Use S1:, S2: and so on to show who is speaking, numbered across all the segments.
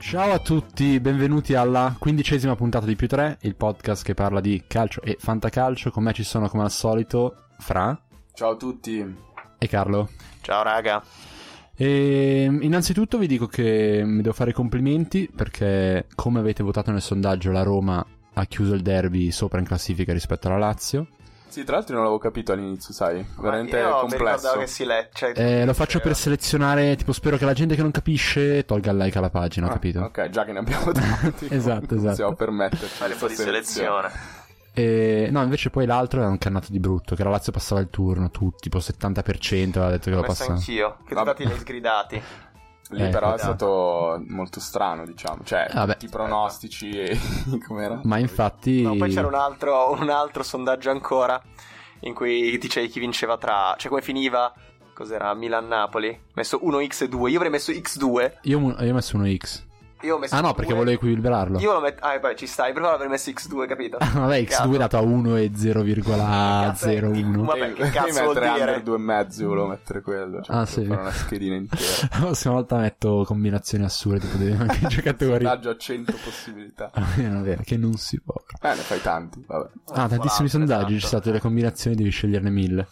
S1: Ciao a tutti, benvenuti alla quindicesima puntata di Più 3, il podcast che parla di calcio e fantacalcio. Con me ci sono come al solito Fra
S2: Ciao a tutti.
S1: e Carlo.
S3: Ciao raga,
S1: E mm, innanzitutto vi dico che mi devo fare i complimenti perché come avete votato nel sondaggio la Roma ha chiuso il derby sopra in classifica rispetto alla Lazio.
S2: Sì, tra l'altro non l'avevo capito all'inizio, sai. Veramente
S3: io mi
S2: complesso.
S3: ricordavo che si legge. cioè-
S1: Eh, lo faccio per selezionare, tipo spero che la gente che non capisce tolga il like alla pagina, ho
S2: Ah,
S1: capito?
S2: Ok, già che ne abbiamo tanti.
S1: Esatto,
S2: non
S1: esatto.
S2: Possiamo permetterci.
S3: Fare un po' di
S2: questa
S3: selezione.
S1: E, no, invece poi l'altro era un cannato di brutto, che la Lazio passava il turno, tutti, tipo 70%, aveva detto che lo
S3: Ho messo
S1: passava.
S3: anch'io, che
S2: Vabbè.
S3: tutti li hai sgridati.
S2: Lì
S1: Eh,
S2: però è
S3: esatto.
S2: stato molto strano, diciamo. Cioè,
S1: Vabbè.
S2: i pronostici e com'era.
S1: Ma infatti...
S3: No, poi c'era un altro, un altro sondaggio ancora, in cui dicevi chi vinceva tra... Cioè come finiva, cos'era, Milan-Napoli? Ho messo 1x2, io avrei messo x2,
S1: Io, mu- io ho messo uno X.
S3: io ho messo...
S1: Ah no, perché
S3: 2.
S1: volevo equilibrarlo.
S3: Io lo metto... Ah, vabbè, ci stai, però avrei messo x2, capito?
S1: Ah, Vabbè, X2 è dato a 1 e 0,01.
S3: eh, Vabbè, che
S2: Devi- devi
S3: cazzo vuol
S2: mettere
S3: dire?
S2: under due e mezzo, volevo mettere quello. Cioè,
S1: Ah,
S2: per
S1: sì.
S2: Fare una schedina intera.
S1: La prossima volta metto combinazioni assurde, tipo dei anche i giocatori.
S2: Sondaggio a 100 possibilità.
S1: Ah, non è vero, che non si può.
S2: Eh, ne fai tanti, vabbè.
S1: Ah, tantissimi
S3: Esatto.
S1: sondaggi, ci sono delle combinazioni, devi sceglierne mille.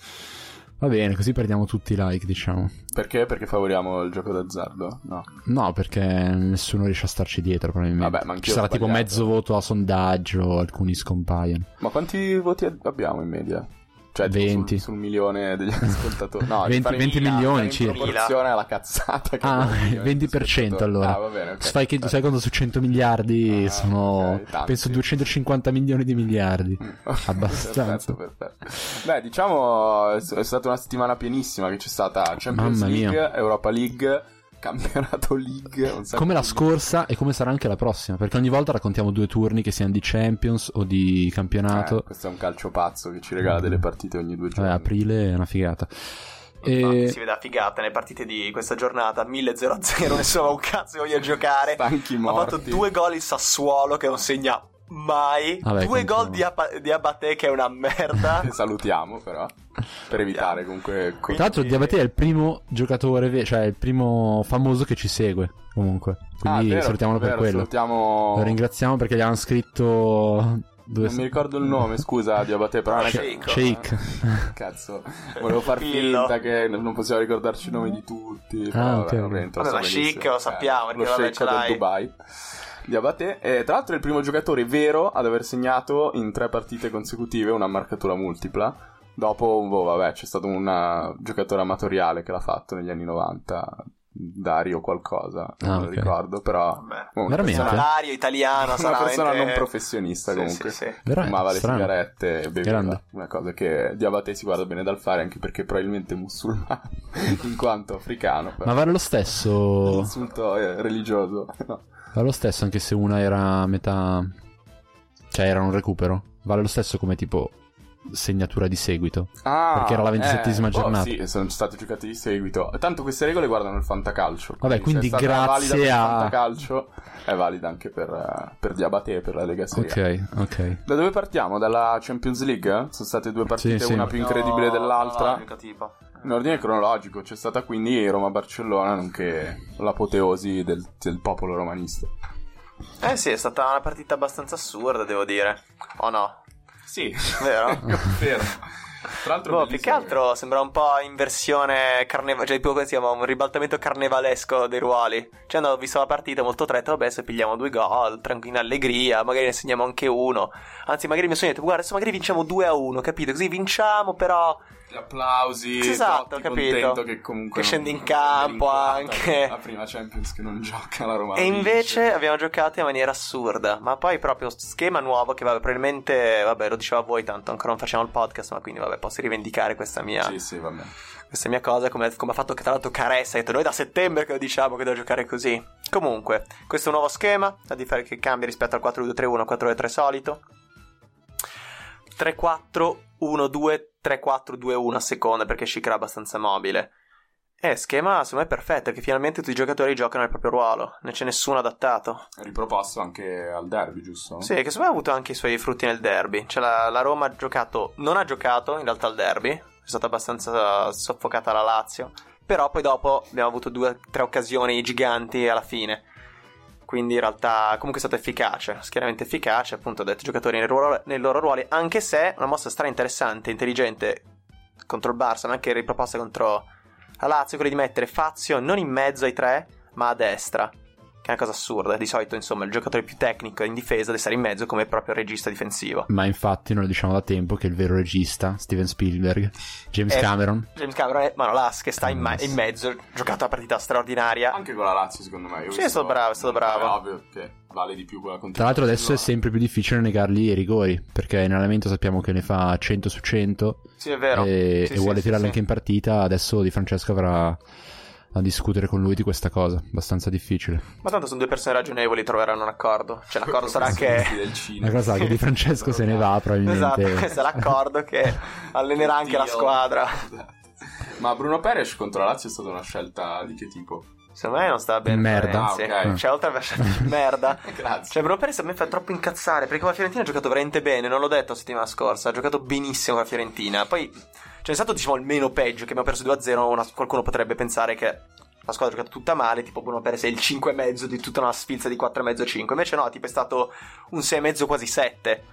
S1: Va bene, così perdiamo tutti i like, diciamo.
S2: Perché? Perché favoriamo il gioco d'azzardo? No.
S1: No, perché nessuno riesce a starci dietro, probabilmente.
S2: Vabbè, ma anch'io
S1: Ci sarà
S2: ho
S1: tipo
S2: sbagliato.
S1: mezzo voto a sondaggio, alcuni scompaiono.
S2: Ma quanti voti abbiamo in media? Cioè, tipo,
S1: 20.
S2: sul, sul milione degli ascoltatori. No, cioè,
S1: 20
S2: fare
S1: 20
S2: in-
S1: milioni
S2: in
S1: circa.
S2: proporzione alla cazzata che
S1: Ah,
S2: abbiamo di milioni di
S1: 20%
S2: ascoltatori.
S1: allora.
S2: Ah, va bene, ok.
S1: Sai, che, sai quanto su 100 miliardi
S2: Ah,
S1: sono,
S2: ok, tanti.
S1: penso, 250 milioni di miliardi.
S2: Mm.
S1: Abbastanza.
S2: perfetto, perfetto. Beh, diciamo è è stata una settimana pienissima che c'è stata Champions
S1: Mamma mia.
S2: League, Europa League, Campionato League, un sacco
S1: Come la
S2: di-
S1: scorsa e come sarà anche la prossima, perché ogni volta raccontiamo due turni che siano di Champions o di
S2: Eh,
S1: campionato.
S2: questo è un calcio pazzo che ci regala delle partite ogni due
S1: Vabbè,
S2: giorni.
S1: aprile è una figata.
S3: Infatti,
S2: Eh,
S1: E...
S3: si vede a figata nelle partite di questa giornata 1000-0-0 nessuno ha un cazzo che voglia giocare
S2: Stanchi
S3: ha
S2: morti.
S3: fatto due gol il Sassuolo che non segna mai
S2: Ah,
S1: Vabbè, comunque
S3: due gol di, Apa- di Abate che è una merda
S2: Che Salutiamo però per evitare comunque
S1: Tra
S2: quei-
S1: l'altro Diabate è il primo giocatore, ve- cioè il primo famoso che ci segue comunque.
S2: Ah,
S1: Quindi
S2: vero,
S1: salutiamolo per
S2: vero,
S1: quello.
S2: Salutiamo
S1: Lo ringraziamo perché gli hanno scritto... Dove
S2: Non mi ricordo il nome, scusa di Abate, però non è che...
S3: Shake.
S1: Shake.
S2: Cazzo, volevo far
S3: Pillo.
S2: finta che non possiamo ricordarci i nomi di tutti. però
S1: Ah,
S2: vabbè,
S1: ok.
S2: ovviamente
S3: Vabbè,
S2: so
S3: ma
S2: benissimo.
S3: Shake lo sappiamo,
S2: Eh,
S3: perché
S2: lo
S3: vabbè,
S2: Shake
S3: ce l'hai.
S2: del Dubai. Di Abate. E, eh, tra l'altro è il primo giocatore vero ad aver segnato in tre partite consecutive una marcatura multipla. Dopo, boh, vabbè, c'è stato un giocatore amatoriale che l'ha fatto negli anni 90, Dario qualcosa, non
S1: Ah,
S2: lo
S1: ok.
S2: ricordo, però...
S3: Vabbè.
S2: boh, una
S1: Veramente?
S2: persona-
S3: salario italiano
S2: una
S3: sarà
S2: persona
S3: veramente-
S2: non professionista
S3: Sì,
S2: comunque
S3: sì, sì.
S1: Però è
S2: fumava le
S1: strano.
S2: sigarette e beveva
S1: Grande.
S2: una cosa che Diabate si guarda bene dal fare anche perché probabilmente è musulmano in quanto africano
S1: Ma
S2: però.
S1: vale lo stesso...
S2: l'insulto eh, religioso no.
S1: Vale lo stesso anche se una era a metà. Cioè, era un recupero. Vale lo stesso come tipo segnatura di seguito.
S2: ah,
S1: Perché era la 27esima
S2: boh,
S1: giornata.
S2: sì sono state giocate di seguito tanto queste regole guardano il fantacalcio
S1: Vabbè, quindi
S2: se è stata
S1: grazie
S2: valida per
S1: a-
S2: il fantacalcio è valida anche per, eh, per Diabate e per la Lega Serie
S1: Ok,
S2: A.
S1: ok.
S2: da dove partiamo? dalla Champions League? sono state due partite
S1: sì.
S2: una più incredibile
S3: No,
S2: dell'altra
S3: no, mica tipo.
S2: In ordine cronologico c'è stata quindi Roma-Barcellona, nonché l'apoteosi del, del popolo romanista.
S3: eh sì è stata una partita abbastanza assurda devo dire o no
S2: Sì,
S3: vero?
S2: vero. Tra l'altro,
S3: Boh,
S2: bellissimo
S3: più che altro sembra un po' inversione carnevale, cioè tipo come si chiama, un ribaltamento carnevalesco dei ruoli. Cioè no, ho visto la partita molto tretta, vabbè se pigliamo due gol, tranquilla allegria, magari ne segniamo anche uno. Anzi, magari mi sono detto, guarda, adesso magari vinciamo 2 a 1, capito? Così vinciamo, però...
S2: Gli applausi,
S3: Sì, esatto,
S2: Totti
S3: capito.
S2: contento che comunque...
S3: Che
S2: non-
S3: scende in campo
S2: è rincuorata
S3: anche.
S2: La prima Champions che non gioca la Roma.
S3: e
S2: vince.
S3: invece abbiamo giocato in maniera assurda, ma poi proprio schema nuovo che vabbè, probabilmente, vabbè, lo dicevo a voi tanto, ancora non facciamo il podcast, ma quindi vabbè, posso rivendicare questa mia...
S2: Sì, sì, vabbè.
S3: Questa mia cosa, come, come ha fatto tra l'altro Caressa, ha detto noi da settembre che lo diciamo che devo giocare così. Comunque, questo è un nuovo schema, a differenza che cambia rispetto al 4-2-3-1, 4-2-3 solito. 3-4-1-2, 3-4-2-1 a seconda perché Shik era abbastanza mobile. E schema secondo me è perfetto, che finalmente tutti i giocatori giocano il proprio ruolo, non c'è nessuno adattato.
S2: Riproposto anche al derby, giusto?
S3: Sì, che secondo me ha avuto anche i suoi frutti nel derby. Cioè la, la Roma ha giocato, non ha giocato in realtà al derby, è stata abbastanza soffocata la Lazio. Però poi dopo abbiamo avuto due o tre occasioni giganti alla fine. quindi in realtà comunque è stato efficace, chiaramente efficace, appunto ho detto giocatori nei, ruolo- nei loro ruoli, anche se una mossa stra interessante, intelligente contro il Barça, ma anche riproposta contro la Lazio, quella di mettere Fazio non in mezzo ai tre, ma a destra, che è una cosa assurda, di solito insomma il giocatore più tecnico in difesa deve stare in mezzo come proprio regista difensivo.
S1: Ma infatti noi diciamo da tempo che il vero regista, Steven Spielberg, James
S3: Eh,
S1: Cameron,
S3: James Cameron è Manolas che sta in, ma- in mezzo, ha giocato una partita straordinaria.
S2: Anche con la Lazio, secondo me. Io
S3: Sì, è stato bravo, è stato bravo.
S2: È ovvio che vale di più quella
S1: Tra
S2: continuità.
S1: l'altro adesso è sempre più difficile negargli i rigori, perché in allenamento sappiamo che ne fa 100 su 100
S3: Sì, è vero.
S1: e,
S3: Sì,
S1: e
S3: sì,
S1: vuole
S3: sì,
S1: tirarlo
S3: sì.
S1: anche in partita, adesso Di Francesco avrà a discutere con lui di questa cosa, abbastanza difficile.
S3: Ma tanto sono due persone ragionevoli, troveranno un accordo. Cioè, l'accordo sarà
S2: Professionisti
S3: anche.
S2: del
S1: La
S2: cinema.
S1: cosa è che Di Francesco se ne va
S3: Esatto,
S1: probabilmente.
S3: questo è l'accordo che allenerà anche la
S2: Oddio. Esatto.
S3: squadra.
S2: Ma Bruno Peres contro la Lazio è stata una scelta di che tipo?
S3: Secondo me non sta bene.
S1: Merda.
S3: Renzi.
S2: Ah, ok.
S3: Cioè, oltre a lasciarci in merda.
S2: Grazie.
S3: Cioè, Bruno Perez a me fa troppo incazzare perché con la Fiorentina ha giocato veramente bene, non l'ho detto la settimana scorsa, ha giocato benissimo con la Fiorentina. Poi c'è stato, diciamo, il meno peggio che abbiamo perso 2-0, una- qualcuno potrebbe pensare che la squadra ha giocato tutta male, tipo Bruno Perez è il 5,5 di tutta una sfilza di 4,5-5, invece no, tipo è stato un 6,5 quasi 7.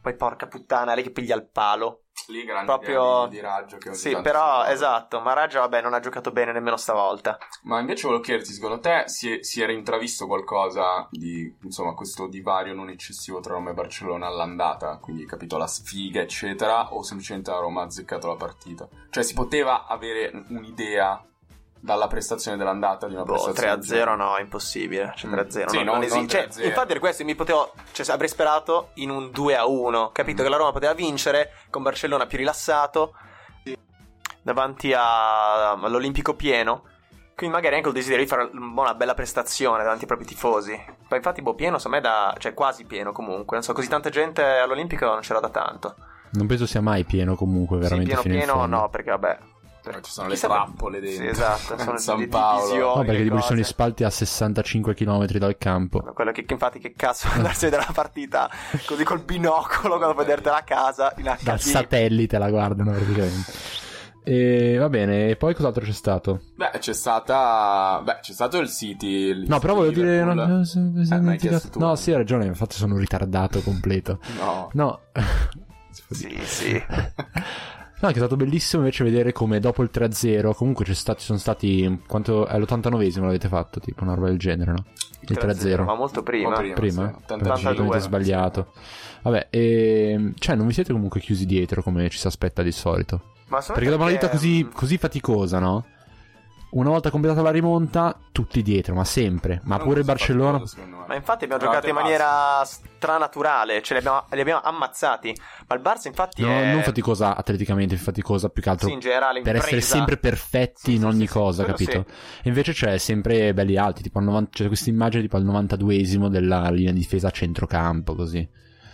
S3: Poi porca puttana, lei che piglia il palo.
S2: Lì grande
S3: Proprio-
S2: idea di, di raggio che ogni
S3: Sì,
S2: tanto si
S3: però
S2: trova.
S3: esatto, ma Raggio vabbè non ha giocato bene nemmeno stavolta.
S2: Ma invece volevo chiederti, secondo te si, è- si era intravisto qualcosa di, insomma, questo divario non eccessivo tra Roma e Barcellona all'andata? Quindi, capito, la sfiga, eccetera, o semplicemente la Roma ha azzeccato la partita? Cioè, si poteva avere un'idea dalla prestazione dell'andata di una
S3: Boh,
S2: prestazione
S3: 3-0 no, è impossibile. Cioè,
S2: Mm.
S3: 3-0
S2: Sì,
S3: no,
S2: non-
S3: non esiste.
S2: non
S3: Cioè,
S2: 3-0.
S3: infatti per questo mi potevo. Cioè, avrei sperato in un 2-1. Capito
S2: Mm.
S3: che la Roma poteva vincere con Barcellona più rilassato. Davanti a- all'Olimpico pieno. Quindi magari anche il desiderio di fare un po' una bella prestazione davanti ai propri tifosi. Ma infatti, boh, pieno, secondo me da. Cioè, quasi pieno comunque. Non so, così tanta gente all'Olimpico non c'era da tanto.
S1: Non penso sia mai pieno comunque,
S3: Sì,
S1: veramente
S3: pieno
S1: fino in
S3: pieno,
S1: fondo.
S3: no, perché vabbè.
S2: Però ci sono le
S3: Chissà-
S2: trappole dentro.
S3: Sì, esatto, sono
S2: San
S3: le
S2: Paolo.
S3: divisioni,
S1: No,
S3: le
S1: perché tipo ci sono gli
S3: cose.
S1: spalti a 65 km dal campo.
S3: Quello che, che infatti che cazzo andarsi a vedere la partita così col binocolo quando puoi vedertela a casa in HD.
S1: Dal satellite la guardano praticamente. E va bene, e poi cos'altro c'è stato?
S2: Beh, c'è stata. Beh, c'è stato il City. il
S1: No, però volevo
S2: City
S1: dire.
S2: Liverpool.
S1: non- se- se-
S2: Eh, mi hai
S1: ti-
S2: chiesto tu.
S1: no, sì, hai ragione. Infatti, sono un ritardato completo.
S2: No.
S1: No.
S3: Sì, sì.
S1: No, che è stato bellissimo invece vedere come dopo il 3-0, comunque c'è stato, ci sono stati. Quanto, è l'89esimo l'avete fatto, tipo una roba del genere, no?
S3: Cioè,
S1: Il 3-0.
S3: Ma molto prima.
S2: prima.
S1: Prima?
S2: sì,
S1: Perché
S2: 82.
S1: completamente sbagliato. Vabbè, e, cioè non vi siete comunque chiusi dietro come ci si aspetta di solito.
S3: Ma solo
S1: Perché dopo una vita
S3: mm,
S1: così, così faticosa, no? Una volta completata la rimonta, tutti dietro, ma sempre. Ma
S2: Non
S1: pure il
S2: so se fa
S1: Barcellona.
S2: cosa, secondo me.
S3: Ma infatti abbiamo
S2: Eravate
S3: giocato in maniera stranaturale, cioè li abbiamo, li abbiamo ammazzati. Ma il Barça infatti
S1: No,
S3: è...
S1: Non faticosa atleticamente, faticosa più che altro
S3: Sì, in generale
S1: per
S3: impresa.
S1: essere sempre perfetti
S3: Sì,
S1: in
S3: sì,
S1: ogni
S3: sì,
S1: cosa,
S3: quello
S1: capito? E invece c'è sempre belli alti, tipo al 90 c'è questa immagine tipo al 92esimo della linea di difesa a centrocampo, così.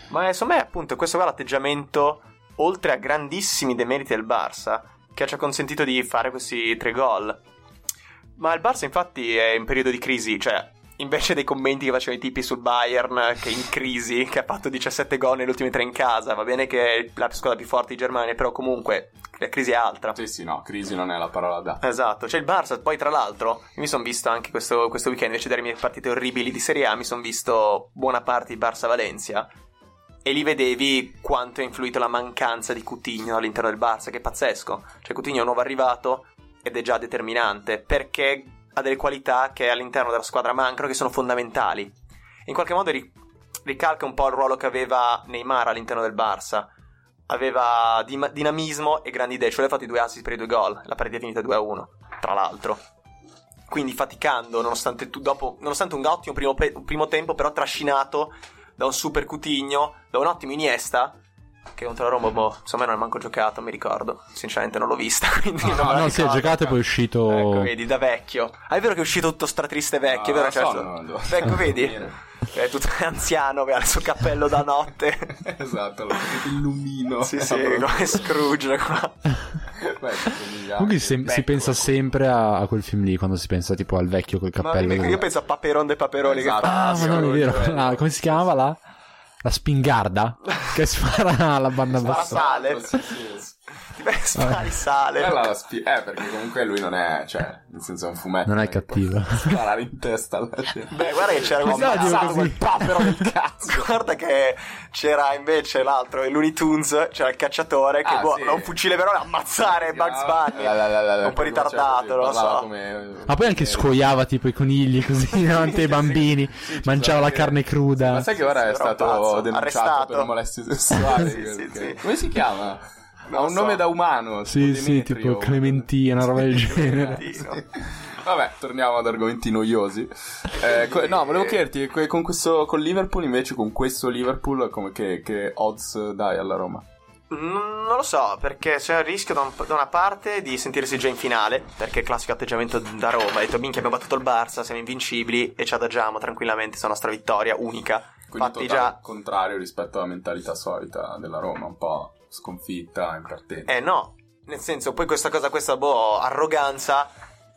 S3: Ma insomma, è appunto questo qua è l'atteggiamento, oltre a grandissimi demeriti del Barça, che ci ha consentito di fare questi tre gol. Ma il Barça, infatti, è in periodo di crisi, cioè. Invece dei commenti che facevano i tipi sul Bayern, che è in crisi, che ha fatto 17 gol negli ultimi tre in casa, va bene che è la squadra più forte di Germania, però comunque la crisi è altra.
S2: Sì, sì, no, crisi non è la parola da.
S3: Esatto, c'è il Barça, poi tra l'altro mi sono visto anche questo, questo weekend, invece delle mie partite orribili di Serie A, mi sono visto buona parte di Barça-Valencia e lì vedevi quanto ha influito la mancanza di Coutinho all'interno del Barça, che è pazzesco. Cioè Coutinho è un nuovo arrivato ed è già determinante perché ha delle qualità che all'interno della squadra mancano che sono fondamentali. In qualche modo ri- ricalca un po' il ruolo che aveva Neymar all'interno del Barça aveva dim- dinamismo e grandi idee, cioè ha fatto i due assist per i due gol, la partita è finita 2-1, tra l'altro. Quindi faticando, nonostante, tu- dopo- nonostante un ottimo primo, pe- primo tempo, però trascinato da un super Cutigno, da un ottimo Iniesta, che contro la Roma, boh, insomma non è manco giocato, mi ricordo, sinceramente non l'ho vista, quindi non me la
S1: Ah, no, si è
S3: ricordo.
S1: giocato e poi è uscito...
S3: Ecco, vedi, da vecchio. Ah, è vero che è uscito tutto stratriste vecchio, è
S2: Ah,
S3: vero? Cioè,
S2: sonno, non devo-
S3: Ecco, vedi? È tutto anziano, aveva il suo cappello da notte.
S2: esatto, lo- il lumino.
S3: Sì, sì, come Scrooge qua.
S2: Beh, ci somigliate.
S1: Comunque se- si
S3: Becco.
S1: pensa sempre a, a quel film lì, quando si pensa tipo al vecchio col
S3: Ma
S1: cappello.
S3: io-
S1: che-
S3: io penso a Paperon de Paperoni
S2: Esatto.
S3: che fa.
S1: Ah,
S2: Ah, sì,
S1: ma non è
S2: quello,
S1: vero.
S2: quello.
S1: Ah, come si chiamava la... la spingarda? Che spara la banda
S3: Spara
S1: bassa.
S3: sale.
S2: Sì, sì, sì.
S3: Sta di sale.
S2: Eh, la- la spi- eh, perché comunque lui non è, cioè, nel senso è un fumetto.
S1: Non è
S2: che può
S1: cattivo.
S2: Sparare in testa alla gente.
S3: Beh, guarda che c'era un
S1: Episodio
S3: mazzato
S1: così.
S3: quel papero del cazzo. Guarda che c'era invece l'altro, il Looney Tunes, c'era il cacciatore che
S2: Ah,
S3: boh,
S2: sì.
S3: ha un fucile però a ammazzare Bugs Bunny.
S2: La- la- la- la- la-
S3: un po'
S2: come
S3: ritardato,
S2: c'era,
S3: non lo
S2: parlava
S3: so.
S2: come- eh,
S1: Ma poi
S3: Eh.
S1: anche scoiava tipo i conigli così davanti ai bambini,
S2: Sì,
S1: mangiava la
S2: anche-
S1: carne cruda.
S2: Ma sai che ora
S3: Sì,
S2: è
S3: però un
S2: stato
S3: pazzo,
S2: denunciato
S3: arrestato.
S2: per molestie sessuali?
S3: Sì, sì,
S2: perché-
S3: sì.
S2: Come si chiama? Ha
S3: lo
S2: un
S3: so.
S2: nome da umano.
S1: Sì,
S2: tipo
S1: sì,
S2: Demetrio.
S1: tipo Clementina, una roba del genere.
S2: Sì. Vabbè, torniamo ad argomenti noiosi. Eh, co- no, volevo chiederti, que- con questo con Liverpool invece, con questo Liverpool, come che, che odds dai alla Roma?
S3: Mm, Non lo so, perché c'è il rischio da, un- da una parte di sentirsi già in finale, perché è classico atteggiamento da Roma, ha detto minchia abbiamo battuto il Barça, siamo invincibili e ci adagiamo tranquillamente sulla nostra vittoria unica.
S2: Quindi
S3: Infatti
S2: totale
S3: già...
S2: contrario rispetto alla mentalità solita della Roma, un po' sconfitta, impertente.
S3: Eh no, nel senso poi questa cosa, questa boh, arroganza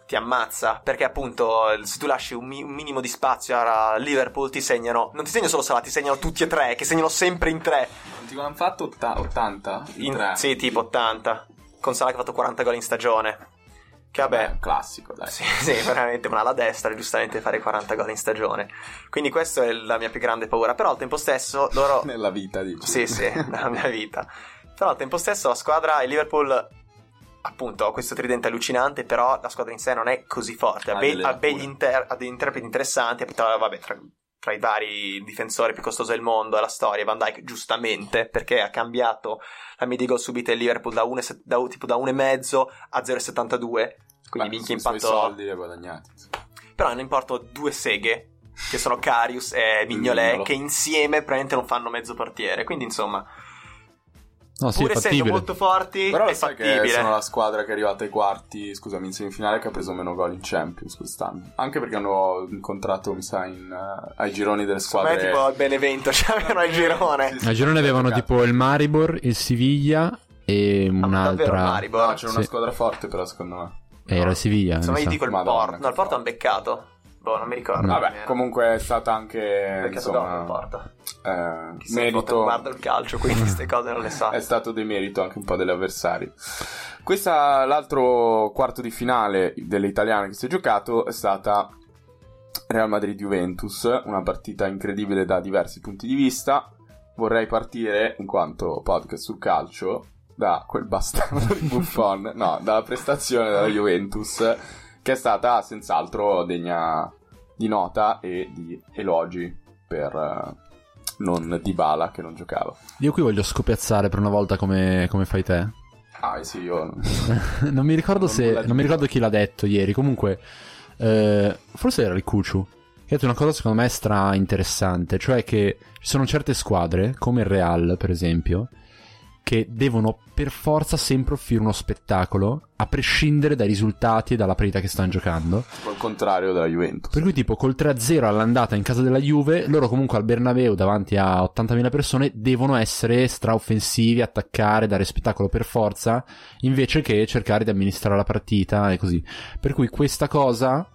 S3: ti ammazza, perché appunto il- se tu lasci un, mi- un minimo di spazio a Liverpool ti segnano, non ti segnano solo Salah, ti segnano tutti e tre, che segnano sempre in tre.
S2: Ti hanno fatto otta- 80? in
S3: In-
S2: tre? Eh,
S3: sì, tipo 80. Con Salah che ha fatto 40 gol in stagione. Che vabbè,
S2: Eh, classico, dai.
S3: Ah, Sì, sì, veramente una alla destra, giustamente fare 40 gol in stagione. Quindi questa è la mia più grande paura. Però al tempo stesso loro...
S2: Nella vita, dici.
S3: sì, sì, nella mia vita. Però al tempo stesso la squadra, il Liverpool, appunto, ha questo tridente allucinante, però la squadra in sé non è così forte. Ha,
S2: Ha
S3: bei-
S2: Ah, delle
S3: ha
S2: lacune.
S3: begli inter- ha degli interpreti interessanti, tra, vabbè, tra, tra i vari difensori più costosi del mondo alla storia, Van Dijk giustamente, perché ha cambiato la media di gol subita del Liverpool da 1,7 da- tipo da 1,5 a 0,72. Quindi
S2: Beh, sono suoi
S3: minchia impatto
S2: soldi li ha guadagnati.
S3: però hanno in porto due seghe che sono Carius
S2: Mm,
S3: e Mignolet
S2: Mignolo.
S3: che insieme praticamente non fanno mezzo portiere quindi insomma
S1: No, sì,
S3: pur
S1: è
S3: essendo
S1: fattibile.
S3: molto forti
S2: Però
S3: è
S2: lo sai che
S3: fattibile
S2: sono la squadra che è arrivata ai quarti, scusami, in semifinale che ha preso meno gol in Champions quest'anno. Anche perché hanno incontrato, mi sa, in, eh, ai gironi delle
S3: secondo
S2: squadre.
S3: me tipo al Benevento c'avevano il girone
S2: Eh, Sì,
S1: A girone avevano
S2: Giocato.
S1: tipo il Maribor, il Siviglia e
S3: Ah, davvero
S1: un'altra.
S3: Maribor
S2: No, c'era una
S1: Sì.
S2: squadra forte però secondo me.
S1: Era il Siviglia.
S3: secondo me
S1: Eh, mi
S3: io
S1: sa.
S3: dico il
S2: Madonna,
S3: Porto no il
S2: che
S3: Porto
S2: fa.
S3: hanno beccato boh non mi ricordo
S1: No.
S2: Vabbè, comunque è stata anche
S3: Beccato dopo il
S2: insomma,
S3: Porto
S2: eh,
S3: Chissà, il
S2: merito Eh,
S3: Porto non guarda il calcio quindi queste cose non le sa
S2: è stato demerito anche un po' degli avversari. Questa, l'altro quarto di finale delle italiane che si è giocato è stata Real Madrid-Juventus, una partita incredibile da diversi punti di vista. Vorrei partire, in quanto podcast sul calcio, da quel bastardo di Buffon, no, dalla prestazione della Juventus, che è stata senz'altro degna di nota e di elogi per eh, non Dybala che non giocava.
S1: Io qui voglio scopiazzare per una volta come, come fai te.
S2: Ah, sì, io
S1: non mi ricordo
S2: Non
S1: se.
S2: nulla
S1: Non,
S2: di
S1: mi
S2: più.
S1: ricordo chi l'ha detto ieri. Comunque, eh, forse era il Cuciu. Che ha detto una cosa secondo me stra interessante. Cioè che ci sono certe squadre, come il Real, per esempio, che devono per forza sempre offrire uno spettacolo, a prescindere dai risultati e dalla partita che stanno giocando.
S2: Tipo il contrario della Juventus.
S1: Per cui, tipo, col 3-0 all'andata in casa della Juve, loro comunque al Bernabeu davanti a 80.000 persone devono essere straoffensivi, attaccare, dare spettacolo per forza, invece che cercare di amministrare la partita e così. Per cui, questa cosa,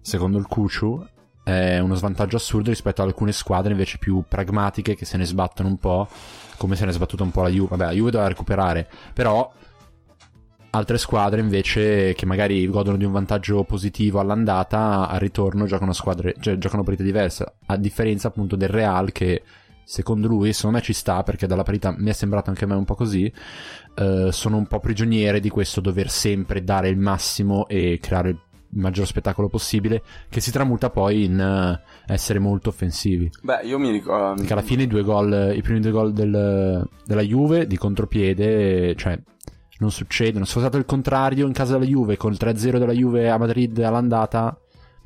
S1: secondo il Cuciu, è uno svantaggio assurdo rispetto ad alcune squadre invece più pragmatiche che se ne sbattono un po', come se ne è sbattuta un po' la Juve. Vabbè, la Juve doveva recuperare, però altre squadre invece che magari godono di un vantaggio positivo all'andata al ritorno giocano squadre cioè giocano partite diverse a differenza appunto del Real che secondo lui secondo me ci sta perché dalla parità mi è sembrato anche a me un po' così eh, sono un po' prigioniere di questo dover sempre dare il massimo e creare il maggior spettacolo possibile che si tramuta poi in eh, essere molto offensivi
S2: Beh, io mi ricordo.
S1: perché alla fine i due gol, i primi due gol del- della Juve di contropiede, cioè non succedono. Se fosse stato il contrario in casa della Juve, col 3-0 della Juve a Madrid all'andata,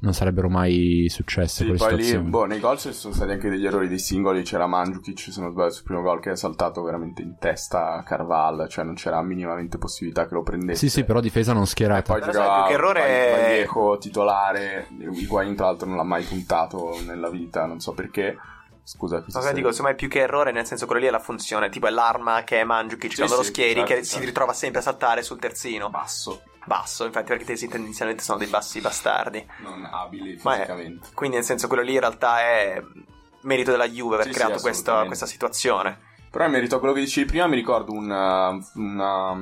S1: non sarebbero mai successe
S2: Sì,
S1: quelle
S2: poi lì,
S1: situazioni.
S2: boh, nei gol ci sono stati anche degli errori dei singoli. C'era Mandzukic, se non sbaglio, sul primo gol che è saltato veramente in testa a Carval. Cioè, non c'era minimamente possibilità che lo prendesse.
S1: sì, sì, però difesa non
S2: E
S1: schierata.
S2: poi
S3: Però
S2: giocava
S3: sai, più che errore è-
S2: Vallejo, titolare. Higuain, tra l'altro, non l'ha mai puntato nella vita, non so perché. Scusa,
S3: No, sai, dico, insomma, è più che errore, nel senso, quello lì è la funzione, tipo è l'arma che è Mandzukic
S2: Sì,
S3: quando lo
S2: sì,
S3: schieri,
S2: certo,
S3: che
S2: certo.
S3: si ritrova sempre a saltare sul terzino
S2: basso,
S3: basso, infatti, perché i tesi tendenzialmente sono dei bassi bastardi.
S2: non abile
S3: Ma è-
S2: fisicamente.
S3: Quindi, nel senso, quello lì in realtà è merito della Juve aver
S2: Sì, sì,
S3: creato questa,
S2: assolutamente.
S3: questa situazione.
S2: Però in merito a quello che dicevi prima, mi ricordo eh, una, una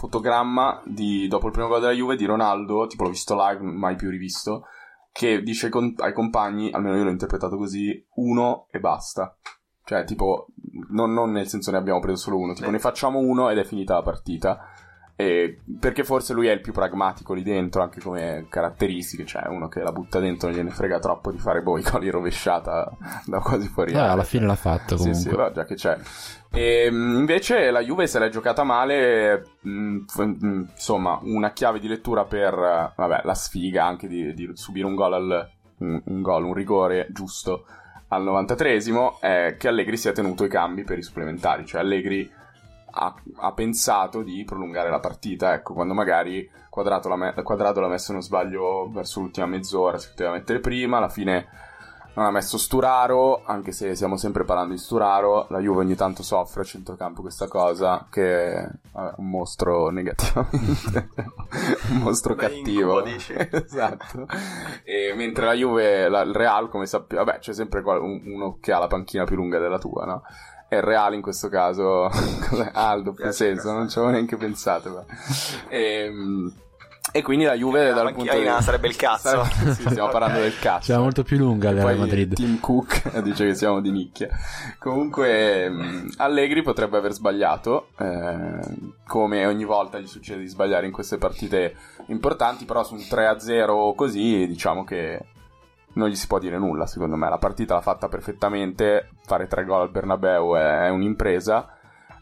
S2: fotogramma di, dopo il primo gol della Juve di Ronaldo, tipo l'ho visto live, mai più rivisto, che dice ai con- ai compagni, almeno io l'ho interpretato così, uno e basta. Cioè, tipo, non, non nel senso ne abbiamo preso solo uno, tipo
S3: Beh.
S2: ne facciamo uno ed è finita la partita. E- perché forse lui è il più pragmatico lì dentro, anche come caratteristiche, cioè uno che la butta dentro, non gliene frega troppo di fare boh, i coli rovesciata da quasi fuori.
S1: Eh,
S2: area.
S1: alla fine l'ha fatto
S2: Sì,
S1: comunque.
S2: sì, però già che c'è. E, mh, invece la Juve se l'è giocata male, mh, f- mh, insomma, una chiave di lettura per eh, vabbè, la sfiga anche di, di subire un gol, al, un, un gol, un rigore giusto al 93esimo è che Allegri si è tenuto i cambi per i supplementari, cioè Allegri ha, ha pensato di prolungare la partita, ecco, quando magari Quadrato l'ha, me- Quadrado l'ha messo, non sbaglio, verso l'ultima mezz'ora, si poteva mettere prima, alla fine non ha messo Sturaro, anche se stiamo sempre parlando di Sturaro, la Juve ogni tanto soffre a centrocampo questa cosa, che è vabbè, un mostro negativamente, un mostro
S3: Beh,
S2: cattivo.
S3: incubo, dici.
S2: esatto. E mentre la Juve, la- il Real, come sappiamo, vabbè, c'è sempre qual- un- uno che ha la panchina più lunga della tua, no? E il Real in questo caso, cos'è? ha il doppio
S3: Piace
S2: senso, non ci avevo neanche pensato. guarda. Ehm, E, quindi la Juve
S3: La
S2: dal
S3: panchina
S2: punto di vista...
S3: sarebbe il cazzo.
S2: sì, stiamo parlando del cazzo.
S1: C'era molto più lunga
S2: E
S1: del Real
S2: poi
S1: Madrid.
S2: Tim Cook dice che siamo di nicchia. Comunque, mh, Allegri potrebbe aver sbagliato, eh, come ogni volta gli succede di sbagliare in queste partite importanti, però su un 3-0 così diciamo che non gli si può dire nulla, secondo me. La partita l'ha fatta perfettamente, fare tre gol al Bernabeu è un'impresa.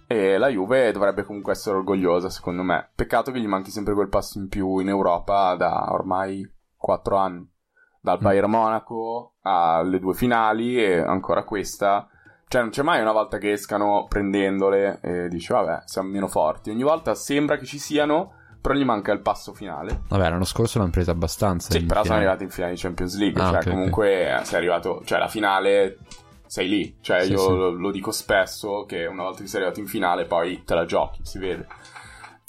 S2: E la Juve dovrebbe comunque essere orgogliosa, secondo me. Peccato che gli manchi sempre quel passo in più in Europa da ormai 4 anni.
S1: Mm.
S2: Dal Bayern Monaco alle due finali e ancora questa. Cioè, non c'è mai una volta che escano prendendole e dici, vabbè, siamo meno forti. Ogni volta sembra che ci siano, però gli manca il passo finale.
S1: Vabbè, l'anno scorso l'hanno presa abbastanza.
S2: Sì,
S1: in
S2: però sono
S1: finale.
S2: arrivati in finale di Champions League.
S1: Ah,
S2: cioè,
S1: ok, ok.
S2: comunque eh, sei arrivato. Cioè, la finale sei lì. Cioè,
S1: Sì,
S2: io
S1: sì.
S2: Lo, lo dico spesso che una volta che sei arrivato in finale, poi te la giochi, si vede.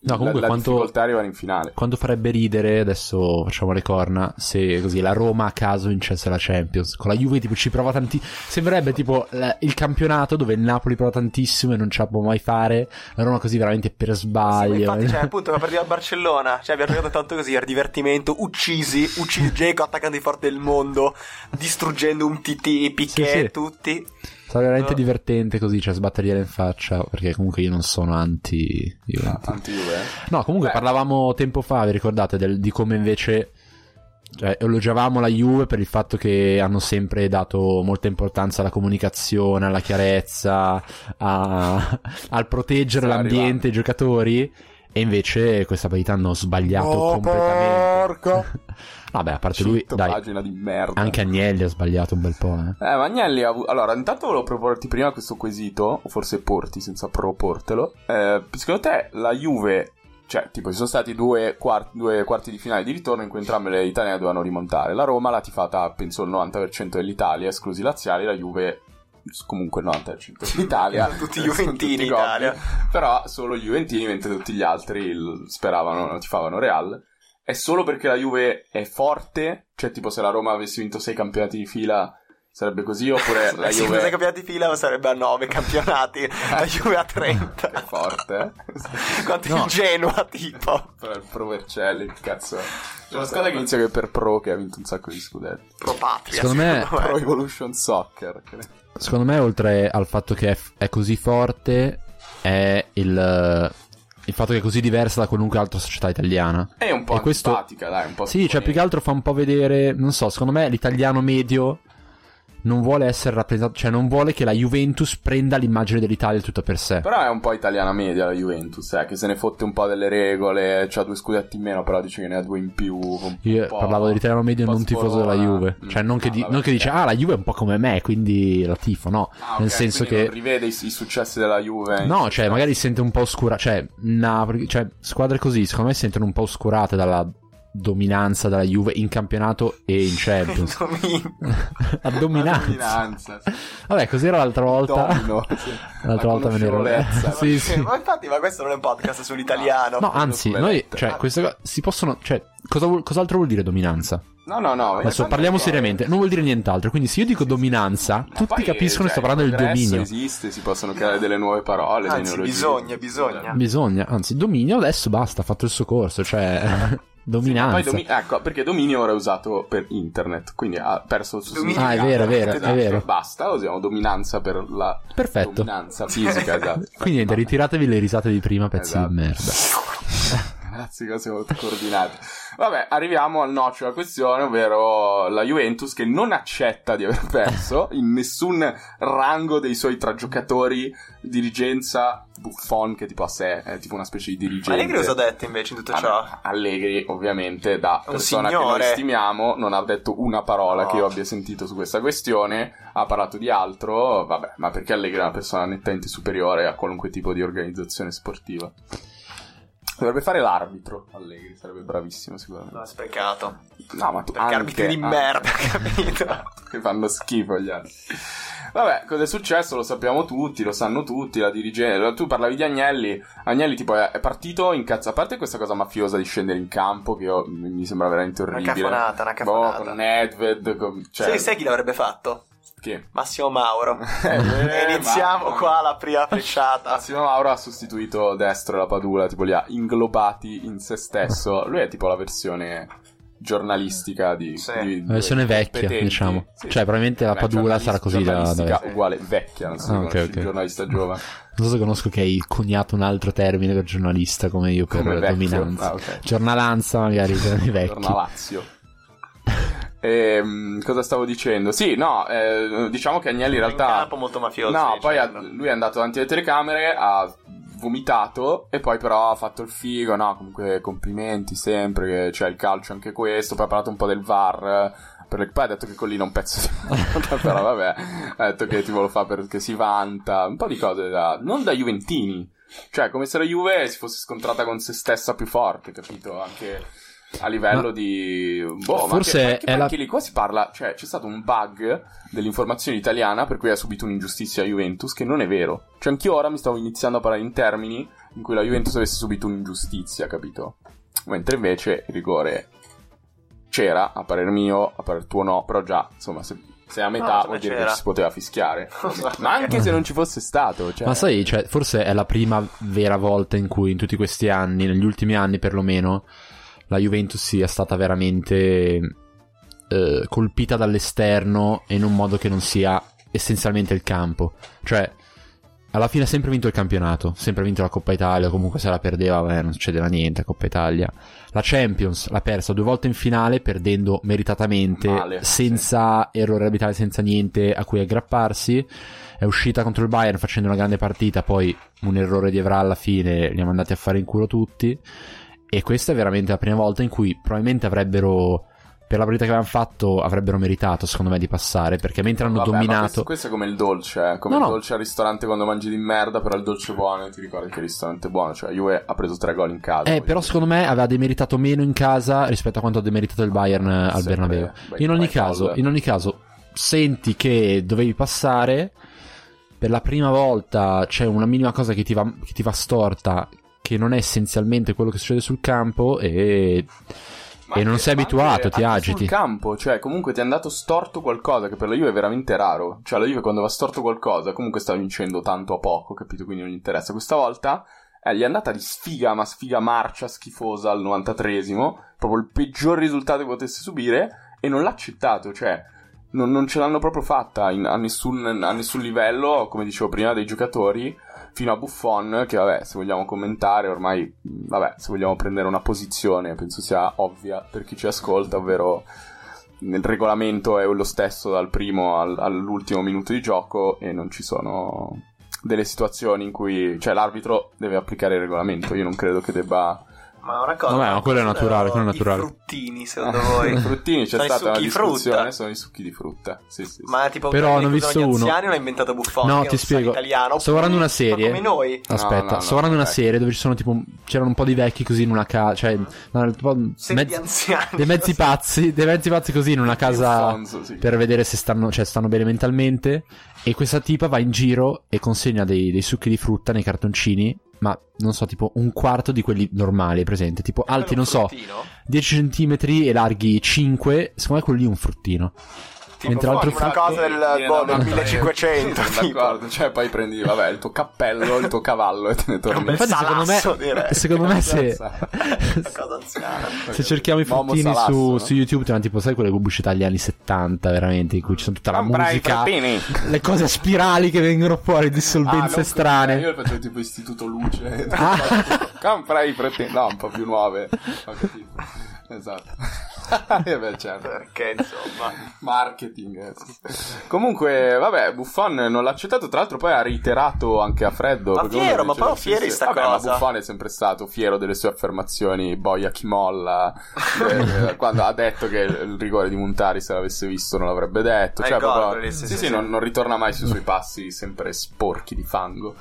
S1: No, comunque
S2: la, la
S1: quanto-
S2: difficoltà è arrivare in finale.
S1: Quando farebbe ridere, adesso facciamo le corna, se così la Roma a caso vincesse la Champions. Con la Juve tipo ci prova tantissimo. Sembrerebbe tipo la- il campionato dove il Napoli prova tantissimo e non ce la può mai fare. La Roma così veramente per
S3: Sì, ma
S1: sbaglio.
S3: infatti, cioè, appunto, come partiva a Barcellona, cioè, abbiamo giocato tanto così, per divertimento, uccisi, uccisi Geco, attaccando i forti del mondo, distruggendo un TT, Piquet,
S1: Sì, sì.
S3: tutti.
S1: Sarà veramente divertente così, cioè sbattergliela in faccia, perché comunque io non sono anti
S2: Ah,
S1: Juventus.
S2: tanti Juve, eh.
S1: No, comunque
S2: Beh.
S1: parlavamo tempo fa, vi ricordate, del- di come invece cioè, elogiavamo la Juve per il fatto che hanno sempre dato molta importanza alla comunicazione, alla chiarezza, a- al proteggere
S2: Sta
S1: l'ambiente,
S2: arrivando.
S1: i giocatori. E invece questa partita hanno sbagliato
S3: Oh,
S1: completamente. Vabbè, a parte lui,
S2: Citto,
S1: dai,
S2: pagina di merda.
S1: anche Agnelli ha sbagliato un bel po'. Eh.
S2: Eh, Magnelli ha avuto... Allora, intanto volevo proporti prima questo quesito, o forse porti senza proportelo. Eh, secondo te la Juve... Cioè, tipo, ci sono stati due, quart- due quarti di finale di ritorno in cui entrambe le italiane dovevano rimontare. La Roma l'ha tifata, penso, il 90% dell'Italia, esclusi i laziali, la Juve comunque il 90% dell'Italia.
S3: Sono tutti
S2: Sono
S3: juventini
S2: tutti
S3: in
S2: gobbi.
S3: Italia.
S2: Però solo gli juventini, mentre tutti gli altri il- speravano, tifavano Real. È solo perché la Juve è forte? Cioè, tipo, se la Roma avesse vinto sei campionati di fila, sarebbe così? Oppure la
S3: Eh sì, se
S2: Juve
S3: campionati di fila sarebbe a 9 campionati, la Juve a 30.
S2: è forte? eh?
S3: Quanti
S1: No.
S3: in Genoa, tipo.
S2: per il Pro Vercelli, il cazzo. è. C'è una squadra che inizia che per Pro che ha vinto un sacco di scudetti.
S3: Pro Patria,
S1: Secondo me-
S2: Pro Evolution Soccer. che ne-
S1: Secondo me, oltre al fatto che è, f- è così forte, è il, il fatto che è così diversa da qualunque altra società italiana.
S2: È un po'
S1: E questo-
S2: antipatica, dai, un po'
S1: Sì, cioè più che altro fa un po' vedere, non so, secondo me l'italiano medio non vuole essere rappresentato, cioè non vuole che la Juventus prenda l'immagine dell'Italia tutta per sé.
S2: Però è un po' italiana media la Juventus, eh, che se ne fotte un po' delle regole, c'ha due scudetti in meno, però dice che ne ha due in più. un
S1: Io
S2: po'-
S1: parlavo dell'italiano medio
S2: un po'
S1: non tifoso della
S2: sforona.
S1: Juve,
S2: Mm,
S1: cioè non che,
S2: no,
S1: di-
S2: vabbè,
S1: non che dice
S2: eh.
S1: ah la Juve è un po' come me, quindi la tifo, no,
S2: Ah, ok,
S1: nel senso
S2: quindi
S1: che
S2: non rivede i, i successi della Juve.
S1: No, cioè, magari si sente un po' oscura. Cioè, Napoli- cioè, squadre così, secondo me, si sentono un po' oscurate dalla dominanza della Juve in campionato e in Champions. La dominanza.
S2: Dominanza. sì.
S1: Vabbè, cos'era l'altra volta?
S2: Domino, sì.
S1: L'altra
S2: La
S1: volta me ne ero
S2: conoscevolezza.
S1: Sì, sì.
S3: Eh, Ma infatti, ma questo non è un podcast sull'italiano.
S1: No, anzi,
S2: sulle
S1: noi,
S2: lettere.
S1: cioè, queste co- si possono, cioè, cosa vuol- cos'altro vuol dire dominanza?
S2: No, no, no.
S1: Adesso
S2: eh,
S1: parliamo
S2: no.
S1: seriamente, non vuol dire nient'altro, quindi se io dico dominanza,
S2: Ma
S1: tutti
S2: poi,
S1: capiscono che sto
S2: cioè,
S1: parlando del
S2: il progresso
S1: dominio.
S2: esiste, si possono creare delle nuove parole, dei
S3: Anzi,
S2: neologismi.
S3: bisogna, bisogna.
S1: Bisogna, anzi, dominio adesso basta, ha fatto il suo corso, cioè, dominanza.
S2: Poi domi- ecco, perché dominio ora è usato per internet, quindi ha perso il suo
S3: Dominio.
S2: significato.
S1: Ah, è vero, è vero, è
S2: Esatto,
S1: vero.
S2: Basta, usiamo dominanza per la
S1: Perfetto.
S2: dominanza fisica, esatto.
S1: Quindi niente, ritiratevi le risate di prima, pezzi
S2: Esatto.
S1: di merda.
S2: Grazie, cose molto coordinate. Vabbè, arriviamo al noccio della questione, ovvero la Juventus che non accetta di aver perso in nessun rango dei suoi tra giocatori, dirigenza, Buffon che tipo a sé è tipo una specie di dirigente.
S3: Ma Allegri cosa ha detto invece in tutto
S2: Ah,
S3: ciò?
S2: beh, Allegri, ovviamente, da
S3: Un
S2: persona che
S3: signore. Oh.
S2: noi stimiamo, non ha detto una parola
S3: No.
S2: che io abbia sentito su questa questione, ha parlato di altro, vabbè, ma perché Allegri è una persona nettamente superiore a qualunque tipo di organizzazione sportiva. Dovrebbe fare l'arbitro, Allegri, sarebbe bravissimo sicuramente.
S3: No, è sprecato.
S2: No, ma tu
S3: Perché
S2: anche-
S3: arbitri di
S2: anche-
S3: merda, capito?
S2: che fanno schifo gli altri. Vabbè, cosa è successo lo sappiamo tutti, lo sanno tutti, la dirigente... Tu parlavi di Agnelli, Agnelli tipo è è partito incazzato, a parte questa cosa mafiosa di scendere in campo che io- mi sembra veramente
S3: Una
S2: orribile.
S3: cafonata, una
S2: Boh,
S3: cafonata.
S2: con Nedved, con... cioè...
S3: Sai, sai chi l'avrebbe fatto?
S2: Chi?
S3: Massimo Mauro.
S2: Eh, Ah,
S3: E iniziamo
S2: ma-
S3: qua la prima frecciata.
S2: Massimo Mauro ha sostituito Destro e la Padula, tipo li ha inglobati in se stesso. Lui è tipo la versione giornalistica di...
S3: Sì.
S2: di-
S1: La versione vecchia,
S2: competenti.
S1: diciamo.
S2: Sì.
S1: Cioè, probabilmente la
S2: Beh,
S1: Padula sarà
S2: giornalis-
S1: così da- da...
S2: giornalistica uguale vecchia, non so
S1: Ah,
S2: se
S1: ok,
S2: conosci,
S1: ok.
S2: il giornalista giovane.
S1: Non so se conosco che hai coniato un altro termine per giornalista come io per
S2: Come vecchio.
S1: dominanza.
S2: Ah, ok.
S1: Giornalanza magari per i vecchi.
S2: Giornalazio. Ehm, cosa stavo dicendo? Sì, no, eh, diciamo che Agnelli in
S3: Un
S2: realtà...
S3: campo molto mafioso.
S2: No,
S3: stai
S2: poi ha-
S3: dicendo.
S2: lui è andato davanti alle telecamere, ha vomitato e poi però ha fatto il figo, no, comunque complimenti sempre, che c'è il calcio anche questo, poi ha parlato un po' del VAR, per le- poi ha detto che Collina è un pezzo di merda, però vabbè, ha detto che tipo lo fa perché si vanta, un po' di cose da... non da Juventini, cioè come se la Juve si fosse scontrata con se stessa più forte, capito? Anche... A livello
S1: Ma-
S2: di. Boh,
S1: Forse
S2: ma anche, anche,
S1: è la-
S2: anche lì qua si parla. Cioè, c'è stato un bug dell'informazione italiana per cui ha subito un'ingiustizia a Juventus, che non è vero. Cioè, anch'io ora mi stavo iniziando a parlare in termini in cui la Juventus avesse subito un'ingiustizia, capito? Mentre invece il rigore c'era, a parer mio, a parer tuo no, però già, insomma, se, se è a
S3: No,
S2: metà
S3: se
S2: vuol
S3: non
S2: dire
S3: c'era.
S2: che ci si poteva fischiare.
S3: Esatto.
S2: Ma anche se non ci fosse stato, cioè...
S1: Ma sai, cioè, forse è la prima vera volta in cui in tutti questi anni, negli ultimi anni perlomeno, la Juventus sia stata veramente eh, colpita dall'esterno e in un modo che non sia essenzialmente il campo. Cioè, alla fine ha sempre vinto il campionato, sempre vinto la Coppa Italia, comunque se la perdeva vabbè, non succedeva niente, Coppa Italia. La Champions l'ha persa due volte in finale, perdendo meritatamente,
S2: Male,
S1: senza errore arbitrale, senza niente a cui aggrapparsi. È uscita contro il Bayern facendo una grande partita, poi un errore di Evra alla fine, li ha mandati a fare in culo tutti. E questa è veramente la prima volta in cui probabilmente avrebbero, per la partita che avevano fatto, avrebbero meritato, secondo me, di passare, perché mentre hanno
S2: Vabbè, ma
S1: dominato...
S2: Questo, questo è come il dolce, eh, come
S1: No,
S2: il
S1: no.
S2: dolce al ristorante quando mangi di merda, però il dolce buono, e ti ricordi che il ristorante è buono, cioè Juve ha preso tre gol in casa.
S1: Eh, però secondo me aveva demeritato meno in casa rispetto a quanto ha demeritato il Bayern eh, al
S2: Sempre,
S1: Bernabeu.
S2: beh,
S1: In ogni
S2: fai
S1: caso,
S2: cosa.
S1: in ogni caso, senti che dovevi passare. Per la prima volta c'è una minima cosa che ti, va, che ti va storta, che non è essenzialmente quello che succede sul campo, e, e non sei abituato, ti agiti.
S2: sul campo, cioè comunque ti è andato storto qualcosa che per la Juve è veramente raro. Cioè la Juve quando va storto qualcosa comunque sta vincendo tanto a poco, capito? Quindi non gli interessa. Questa volta eh, gli è andata di sfiga, ma sfiga marcia schifosa al 93esimo, proprio il peggior risultato che potesse subire e non l'ha accettato, cioè non, non ce l'hanno proprio fatta in- a, nessun, a nessun livello, come dicevo prima, dei giocatori, fino a Buffon, che vabbè, se vogliamo commentare, ormai, mh, vabbè, se vogliamo prendere una posizione, penso sia ovvia per chi ci ascolta, ovvero nel regolamento è lo stesso dal primo al- all'ultimo minuto di gioco e non ci sono delle situazioni in cui, cioè l'arbitro deve applicare il regolamento, io non credo che debba
S3: Ma una cosa.
S1: Vabbè, ma quello è naturale, quello è naturale.
S3: I fruttini, secondo voi.
S2: I fruttini, c'è
S3: Sono i
S2: stata una
S3: succhi di frutta.
S2: discussione, sono i succhi di frutta. Sì, sì, sì.
S3: Ma tipo
S1: Però
S3: quelli
S1: ne ho
S3: che usano
S1: visto
S3: gli
S1: uno.
S3: anziani l'ha inventato Buffon.
S1: No,
S3: che
S1: ti
S3: non sa
S1: spiego.
S3: Italiano,
S1: Sto guardando una
S3: Fa
S1: serie.
S3: Come noi.
S1: Aspetta,
S2: No, no, no,
S1: sto guardando una
S2: ecco.
S1: serie dove ci sono tipo. C'erano un po' di vecchi così in una casa. Cioè, no, tipo
S3: Sei
S1: mezzi-
S3: di anziani.
S1: dei mezzi pazzi. Dei mezzi pazzi così in una casa.
S2: Alfonso, sì.
S1: Per vedere se stanno, cioè, stanno bene mentalmente. E questa tipa va in giro e consegna dei, dei succhi di frutta nei cartoncini. Ma non so, tipo un quarto di quelli normali, presente. Tipo alti, non so, 10 cm e larghi 5. Secondo me quello lì è un fruttino.
S3: Tipo,
S1: Mentre l'altro
S3: fuori una
S1: frutto-
S3: cosa del
S2: Viene
S3: boh,
S2: da
S3: del
S2: una-
S3: 1500.
S2: Sì, sono
S3: tipo.
S2: d'accordo, cioè poi prendi, vabbè, il tuo cappello, il tuo cavallo e te ne torni.
S3: Un bel
S1: Infatti, secondo me-
S3: salasso, direi.
S1: Secondo me, se.
S3: Una cosa anziana.
S1: Se cerchiamo i fruttini
S2: Momo Salasso,
S1: su,
S2: no?
S1: su YouTube, ti danno tipo, sai quelle pubblicità degli anni 70, veramente, in cui ci sono tutta la
S2: Comprai i
S1: musica,
S2: fruttini.
S1: le cose a spirali che vengono fuori,
S2: Ah,
S1: dissolvenze
S2: non-
S1: strane.
S2: Io facevo tipo istituto luce.
S1: Ah.
S2: Compra i pretendenti. No, un po' più nuove. Ho capito. Esatto. Eh beh, certo.
S3: Perché insomma.
S2: Marketing. eh, sì. Comunque, vabbè, Buffon non l'ha accettato. Tra l'altro, poi ha reiterato anche a freddo.
S3: Ma
S2: perché uno
S3: fiero, ma
S2: diceva,
S3: proprio fieri sta
S2: vabbè,
S3: cosa.
S2: Ma Buffon è sempre stato fiero delle sue affermazioni. Boia chi molla. eh, eh, quando ha detto che il rigore di Montari, se l'avesse visto, non l'avrebbe detto.
S3: Ma
S2: Cioè,
S3: il gol,
S2: proprio-
S3: quello lì, Eh,
S2: Sì,
S3: sì, sì,
S2: sì,
S3: sì.
S2: Non, non ritorna mai sui suoi passi, sempre sporchi di fango.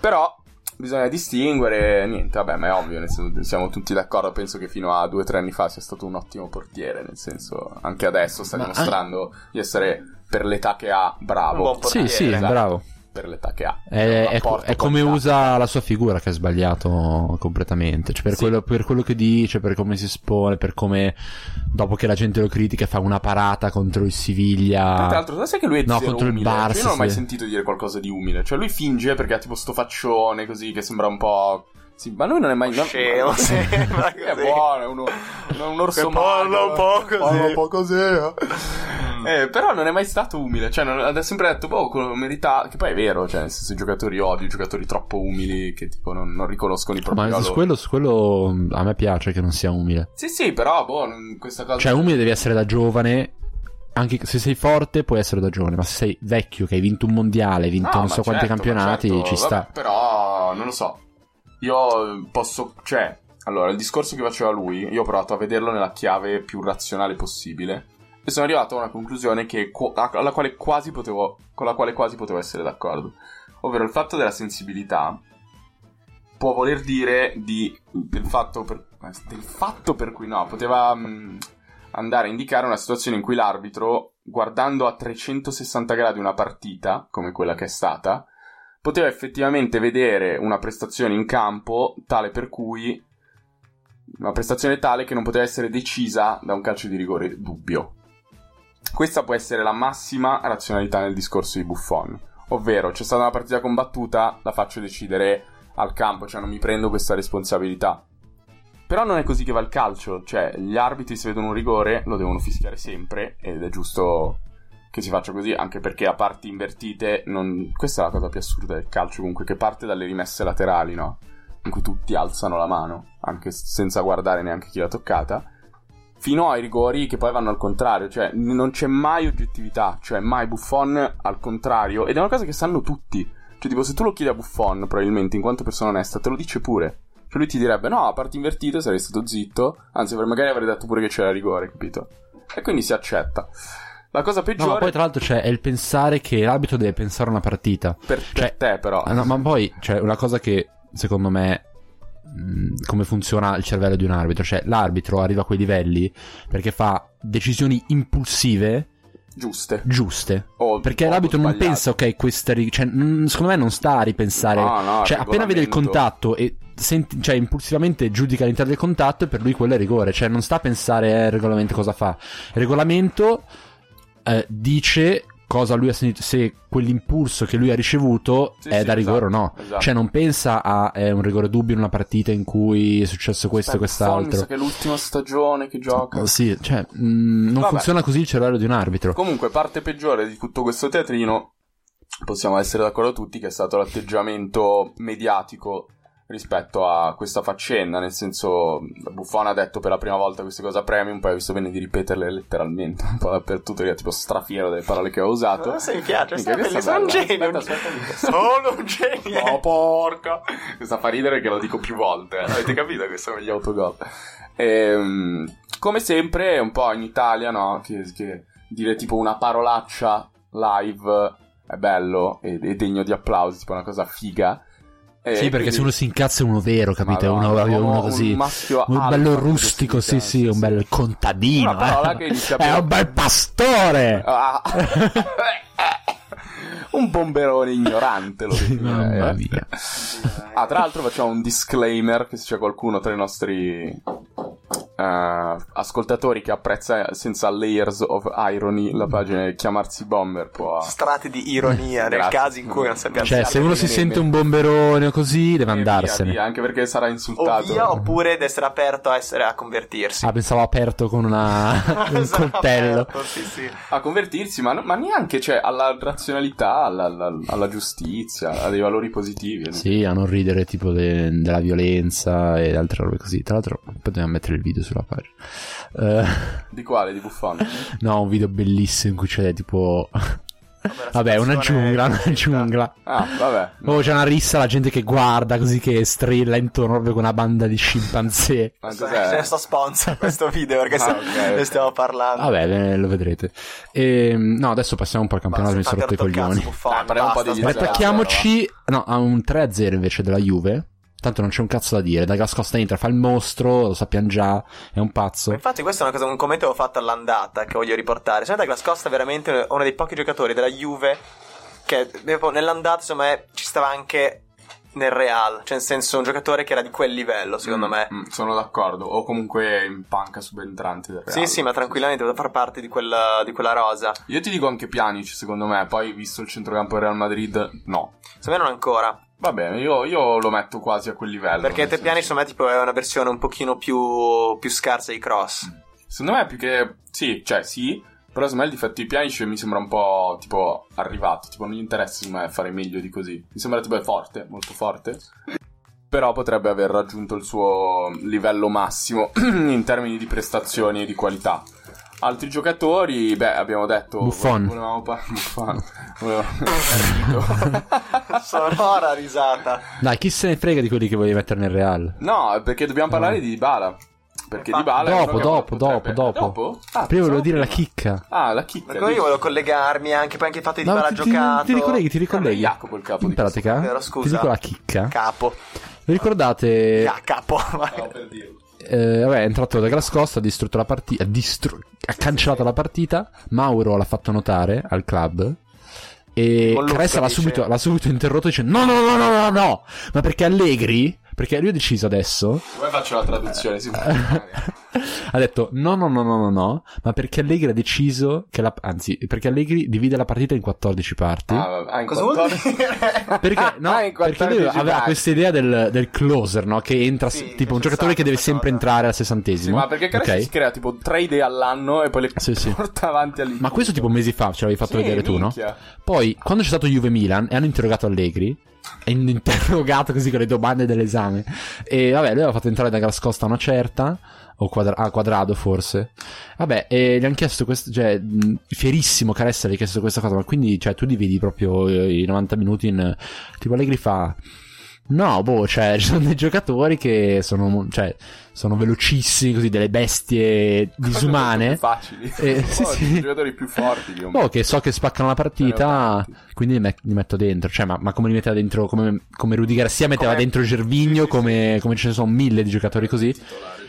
S2: Però bisogna distinguere, niente, vabbè, ma è ovvio, nel senso, siamo tutti d'accordo, penso che fino a due o tre anni fa sia stato un ottimo portiere, nel senso, anche adesso sta
S1: Ma
S2: dimostrando di essere, per l'età che ha,
S3: Un buon
S2: bravo.
S1: Sì, sì,
S2: Esatto,
S1: bravo.
S2: Per l'età che ha.
S1: È, è co-
S2: Apporto
S1: è come
S2: qualità.
S1: usa la sua figura che ha sbagliato completamente. Cioè, per,
S2: Sì.
S1: quello, per quello che dice, per come si espone, per come dopo che la gente lo critica fa una parata contro il
S2: Tra
S1: Siviglia.
S2: l'altro, sai che lui è
S1: Ah. No,
S2: zero
S1: contro il
S2: umile? Cioè,
S1: Barça,
S2: io non ho mai
S1: sì.
S2: sentito dire qualcosa di umile. Cioè, lui finge perché ha tipo sto faccione così che sembra un po'. Sì, ma lui non è mai.
S3: Scemo, sembra
S2: Sì, è
S3: così.
S2: buono, è uno, un orso
S3: Che parla
S2: magro,
S3: un po' così.
S2: Parla un po' così. eh.
S3: Mm.
S2: Eh, però non è mai stato umile. Cioè, non, ha sempre detto, boh, quello merita. Che poi è vero, cioè, nel senso, i giocatori odio, i giocatori troppo umili che tipo non, non riconoscono i propri
S1: Ma
S2: valori.
S1: su quello, su quello mh, a me piace che non sia umile.
S2: Sì, sì, però, boh, non- questa cosa.
S1: Cioè, umile devi essere da giovane. Anche se sei forte, puoi essere da giovane. Ma se sei vecchio, che hai vinto un mondiale, hai vinto
S2: No,
S1: non
S2: ma
S1: so quanti
S2: certo, ma
S1: campionati,
S2: certo,
S1: ci sta.
S2: vabbè, però, non lo so. Io posso. Cioè, allora, il discorso che faceva lui, io ho provato a vederlo nella chiave più razionale possibile. E sono arrivato a una conclusione che, qu- a- alla quale quasi potevo, con la quale quasi potevo essere d'accordo. Ovvero il fatto della sensibilità può voler dire di, del, fatto per, del fatto per cui no, poteva mm, mh, andare a indicare una situazione in cui l'arbitro, guardando a 360 gradi una partita, come quella che è stata, poteva effettivamente vedere una prestazione in campo tale per cui una prestazione tale che non poteva essere decisa da un calcio di rigore dubbio. Questa può essere la massima razionalità nel discorso di Buffon, ovvero c'è stata una partita combattuta, la faccio decidere al campo, cioè non mi prendo questa responsabilità. Però non è così che va il calcio, cioè gli arbitri se vedono un rigore lo devono fischiare sempre ed è giusto che si faccia così, anche perché a parti invertite non... questa è la cosa più assurda del calcio comunque, che parte dalle rimesse laterali, no? In cui tutti alzano la mano, anche s- senza guardare neanche chi l'ha toccata, fino ai rigori che poi vanno al contrario, cioè n- non c'è mai oggettività, cioè mai Buffon al contrario, ed è una cosa che sanno tutti. Cioè, tipo, se tu lo chiedi a Buffon, probabilmente, in quanto persona onesta, te lo dice pure. Cioè, lui ti direbbe, no, a parte invertita sarei stato zitto, anzi, avrei- magari avrei detto pure che c'era rigore, capito? E quindi si accetta. La cosa
S1: No, ma
S2: peggiore
S1: poi tra l'altro c'è è il pensare che l'arbitro deve pensare una partita.
S2: per
S1: Cioè-
S2: per te, però.
S1: Ah, no, ma poi, cioè, una cosa che secondo me. mh, Come funziona il cervello di un arbitro? Cioè, l'arbitro arriva a quei livelli perché fa decisioni impulsive
S2: Giuste.
S1: giuste.
S2: O-
S1: Perché
S2: o
S1: l'arbitro non
S2: sbagliate.
S1: pensa, ok, questa. rig- Cioè, mm, secondo me non sta a ripensare.
S2: No, no,
S1: Cioè, appena vede il
S2: Ah, regolamento.
S1: contatto e senti- cioè, impulsivamente giudica all'interno del contatto, e per lui quello è rigore. Cioè, non sta a pensare eh, il regolamento cosa fa. Il regolamento eh, dice cosa lui ha sentito, se quell'impulso che lui ha ricevuto
S2: Sì,
S1: è
S2: sì,
S1: Eh, da rigore
S2: esatto,
S1: o no.
S2: esatto.
S1: Cioè, non pensa a eh, un rigore dubbio in una partita in cui è successo questo e
S2: Aspetta, Buffon, Mi sa
S1: quest'altro.
S2: che è l'ultima stagione che gioca.
S1: Sì, cioè, mm, non
S2: Vabbè.
S1: funziona così il cervello di un arbitro.
S2: Comunque, parte peggiore di tutto questo teatrino, possiamo essere d'accordo tutti, che è stato l'atteggiamento mediatico rispetto a questa faccenda, nel senso Buffon ha detto per la prima volta queste cose a Premium, poi ha visto bene di ripeterle letteralmente un po' dappertutto, io tipo strafiero delle parole che ho usato.
S3: Non so, mi piace,
S2: Esatto. Minchia,
S3: sta
S2: questa è
S3: bellissima. Sono un genio.
S2: bella. Aspetta, aspetta.
S3: Sono un genio.
S1: Eh.
S2: Oh, porca! Questa fa ridere che lo dico più volte. eh. Avete capito che sono gli autogol? Ehm, come sempre, un po' in Italia, no? Che, che dire tipo una parolaccia live è bello e e degno di applausi, tipo una cosa figa. E
S1: Sì, perché
S2: Eh, quindi-
S1: se uno si incazza è uno vero, capito? È uno,
S2: Madonna, un
S1: uno
S2: uomo-
S1: così.
S2: Un maschio
S1: Un
S2: alfa,
S1: bello
S2: proprio
S1: rustico, sì, sì,
S2: giustificato,
S1: un bel contadino.
S2: Una parola
S1: eh.
S2: che inizia
S1: È
S2: per-
S1: un bel pastore.
S2: Ah. un bomberone ignorante lo
S1: Sì,
S2: definirei,
S1: mamma
S2: eh.
S1: mia.
S2: Ah, tra l'altro facciamo un disclaimer che se c'è qualcuno tra i nostri eh, ascoltatori che apprezza senza layers of irony la pagina di chiamarsi bomber può
S3: Strati di ironia nel
S2: Grazie.
S3: caso in cui non sappiamo
S1: Cioè,
S2: sì,
S1: se uno si
S2: sì,
S1: sente
S2: sì.
S1: un bomberone o così, deve
S2: Eh, via,
S1: andarsene.
S2: via, anche perché sarà
S3: o
S2: insultato.
S3: via oppure di essere aperto a, essere, a convertirsi.
S1: Ah, pensavo aperto con una... un
S2: Esatto.
S3: Sarà
S1: coltello.
S3: aperto, sì, sì.
S2: a convertirsi, ma, ma neanche cioè, alla razionalità, alla, alla- alla giustizia, a dei valori positivi.
S1: Sì, a non ridere tipo de- della violenza e altre robe così. Tra l'altro, poi dobbiamo mettere il video sulla pagina. Eh,
S2: Di quale? Di Buffon?
S1: no, un video bellissimo in cui c'è tipo.
S3: Vabbè, la
S1: Vabbè, una
S3: situazione
S1: giungla,
S3: è
S1: una
S3: così,
S1: giungla.
S2: Ah, vabbè.
S1: Oh, c'è una rissa, la gente che guarda così che strilla intorno proprio con una banda di scimpanzé.
S2: Ma
S3: Questo
S2: cos'è?
S3: è questo Cioè, sponsor questo video perché
S2: Ah,
S3: se-
S2: ok.
S3: ne stiamo parlando.
S1: Ah, Vabbè, ve- lo vedrete. Ehm, no, adesso passiamo un po' al campionato, mi sono rotto i coglioni.
S2: Dai, parliamo un po' di
S1: Ma
S2: Esatto,
S1: attacchiamoci no, a un 3-0 invece della Juve. Tanto non c'è un cazzo da dire. Dagas Costa entra, fa il mostro, lo sappiamo già, è un pazzo.
S3: Infatti, questo è una cosa, un commento che ho fatto all'andata che voglio riportare. Senta che la Costa è veramente uno dei pochi giocatori della Juve che proprio nell'andata, insomma, è- ci stava anche nel Real. Cioè, nel senso, un giocatore che era di quel livello, secondo
S2: Mm,
S3: me.
S2: mm, sono d'accordo. O comunque in panca subentrante
S1: mm.
S2: del Real.
S3: Sì, sì, ma tranquillamente doveva far parte di quella, di quella rosa.
S2: Io ti dico anche Pjanic, secondo me. Poi, visto il centrocampo del Real Madrid, no.
S3: Secondo me non ancora.
S1: Eh,
S2: Va bene, io, io lo metto quasi a quel livello.
S3: Perché
S2: nel
S3: Te Piani,
S2: senso-
S3: secondo me, tipo, è una versione un pochino più, più scarsa di Cross.
S2: Secondo me più che... Sì, cioè, sì. Però secondo me il difetto di Pjanic mi sembra un po', tipo, arrivato. Tipo, non gli interessa, secondo me, fare meglio di così. Mi sembra, tipo, è forte, molto forte. Però potrebbe aver raggiunto il suo livello massimo in termini di prestazioni e di qualità. Altri giocatori, beh, abbiamo detto...
S1: Buffon.
S2: Volevamo par- Buffon.
S3: Sonora risata.
S1: Dai, chi se ne frega di quelli che voglio mettere nel Real?
S2: No, perché dobbiamo parlare di Dybala. Perché
S3: Ma-
S2: Dybala è uno
S1: Dopo,
S2: che
S1: dopo, dopo,
S2: potrebbe-
S1: dopo.
S2: dopo? Ah,
S1: Prima volevo
S2: pensavo
S1: dire la
S2: prima.
S1: chicca.
S2: Ah, la chicca.
S3: Per cui
S2: dici.
S3: Ecco, io volevo collegarmi anche poi anche il fatto di
S1: ti,
S3: Dybala
S1: ti-
S3: giocato.
S1: ti ricolleghi, ti
S2: Allora,
S1: ricolleghi.
S2: Jacopo il capo
S1: In
S2: di questo.
S1: pratica,
S3: Vero, scusa.
S1: ti dico la chicca. Eh.
S3: Capo.
S1: Vi ricordate?
S3: Ah, capo. vai.
S2: Stavo Oh, per dirlo.
S1: eh, vabbè, è entrato da Grascosta, ha distrutto la partita, ha cancellato la partita. Mauro l'ha fatto notare al club. E
S3: Con Luca,
S1: Cresta l'ha
S3: dice.
S1: subito, l'ha subito interrotto dicendo: No, no, no, no, no, no! Ma perché Allegri? Perché lui ha deciso adesso
S2: Poi faccio la traduzione
S1: Ah,
S2: simultanea.
S1: ha detto no no no no no no ma perché Allegri ha deciso che la anzi perché Allegri divide la partita in 14 parti
S2: Ah, vabbè. Ah, in
S3: Cosa vuol
S2: 14?
S3: dire?
S1: perché, no,
S2: Ah, in
S1: perché lui
S2: 14
S1: aveva
S2: parti.
S1: questa idea del, del closer no? che entra
S3: Sì,
S1: s- tipo un
S3: c'è
S1: giocatore che
S3: stata
S1: deve
S3: questa
S1: sempre
S3: cosa.
S1: entrare al
S2: Sì,
S1: sessantesimo
S2: ma perché Cresta
S1: ok?
S2: si crea tipo tre idee all'anno e poi le
S1: Sì, sì.
S2: porta avanti all'inizio.
S1: ma questo tipo mesi fa ce l'avevi fatto vedere tu no?
S2: no?
S1: poi quando c'è stato Juve Milan e hanno interrogato Allegri e hanno interrogato così con le domande dell'esame e vabbè lui aveva fatto entrare da Grascosta una certa o quadra- ah, quadrado forse vabbè e gli hanno chiesto questo cioè mh, fierissimo Caressa gli ha chiesto questa cosa ma quindi cioè tu dividi proprio eh, i 90 minuti in eh, tipo Allegri fa No, boh, cioè, ci sono dei giocatori che sono, mo- cioè, sono velocissimi, così, delle bestie disumane.
S2: Facili.
S1: Eh, sì,
S2: Oh,
S1: sì.
S2: sono i giocatori più forti. Io.
S1: Boh, che so che spaccano la partita, quindi li, met- li metto dentro. Cioè, ma, ma come li metteva dentro? Come, come Rudy Garcia metteva
S3: Come-
S1: dentro Gervigno,
S2: sì, sì,
S1: come, come ce ne sono mille di giocatori così.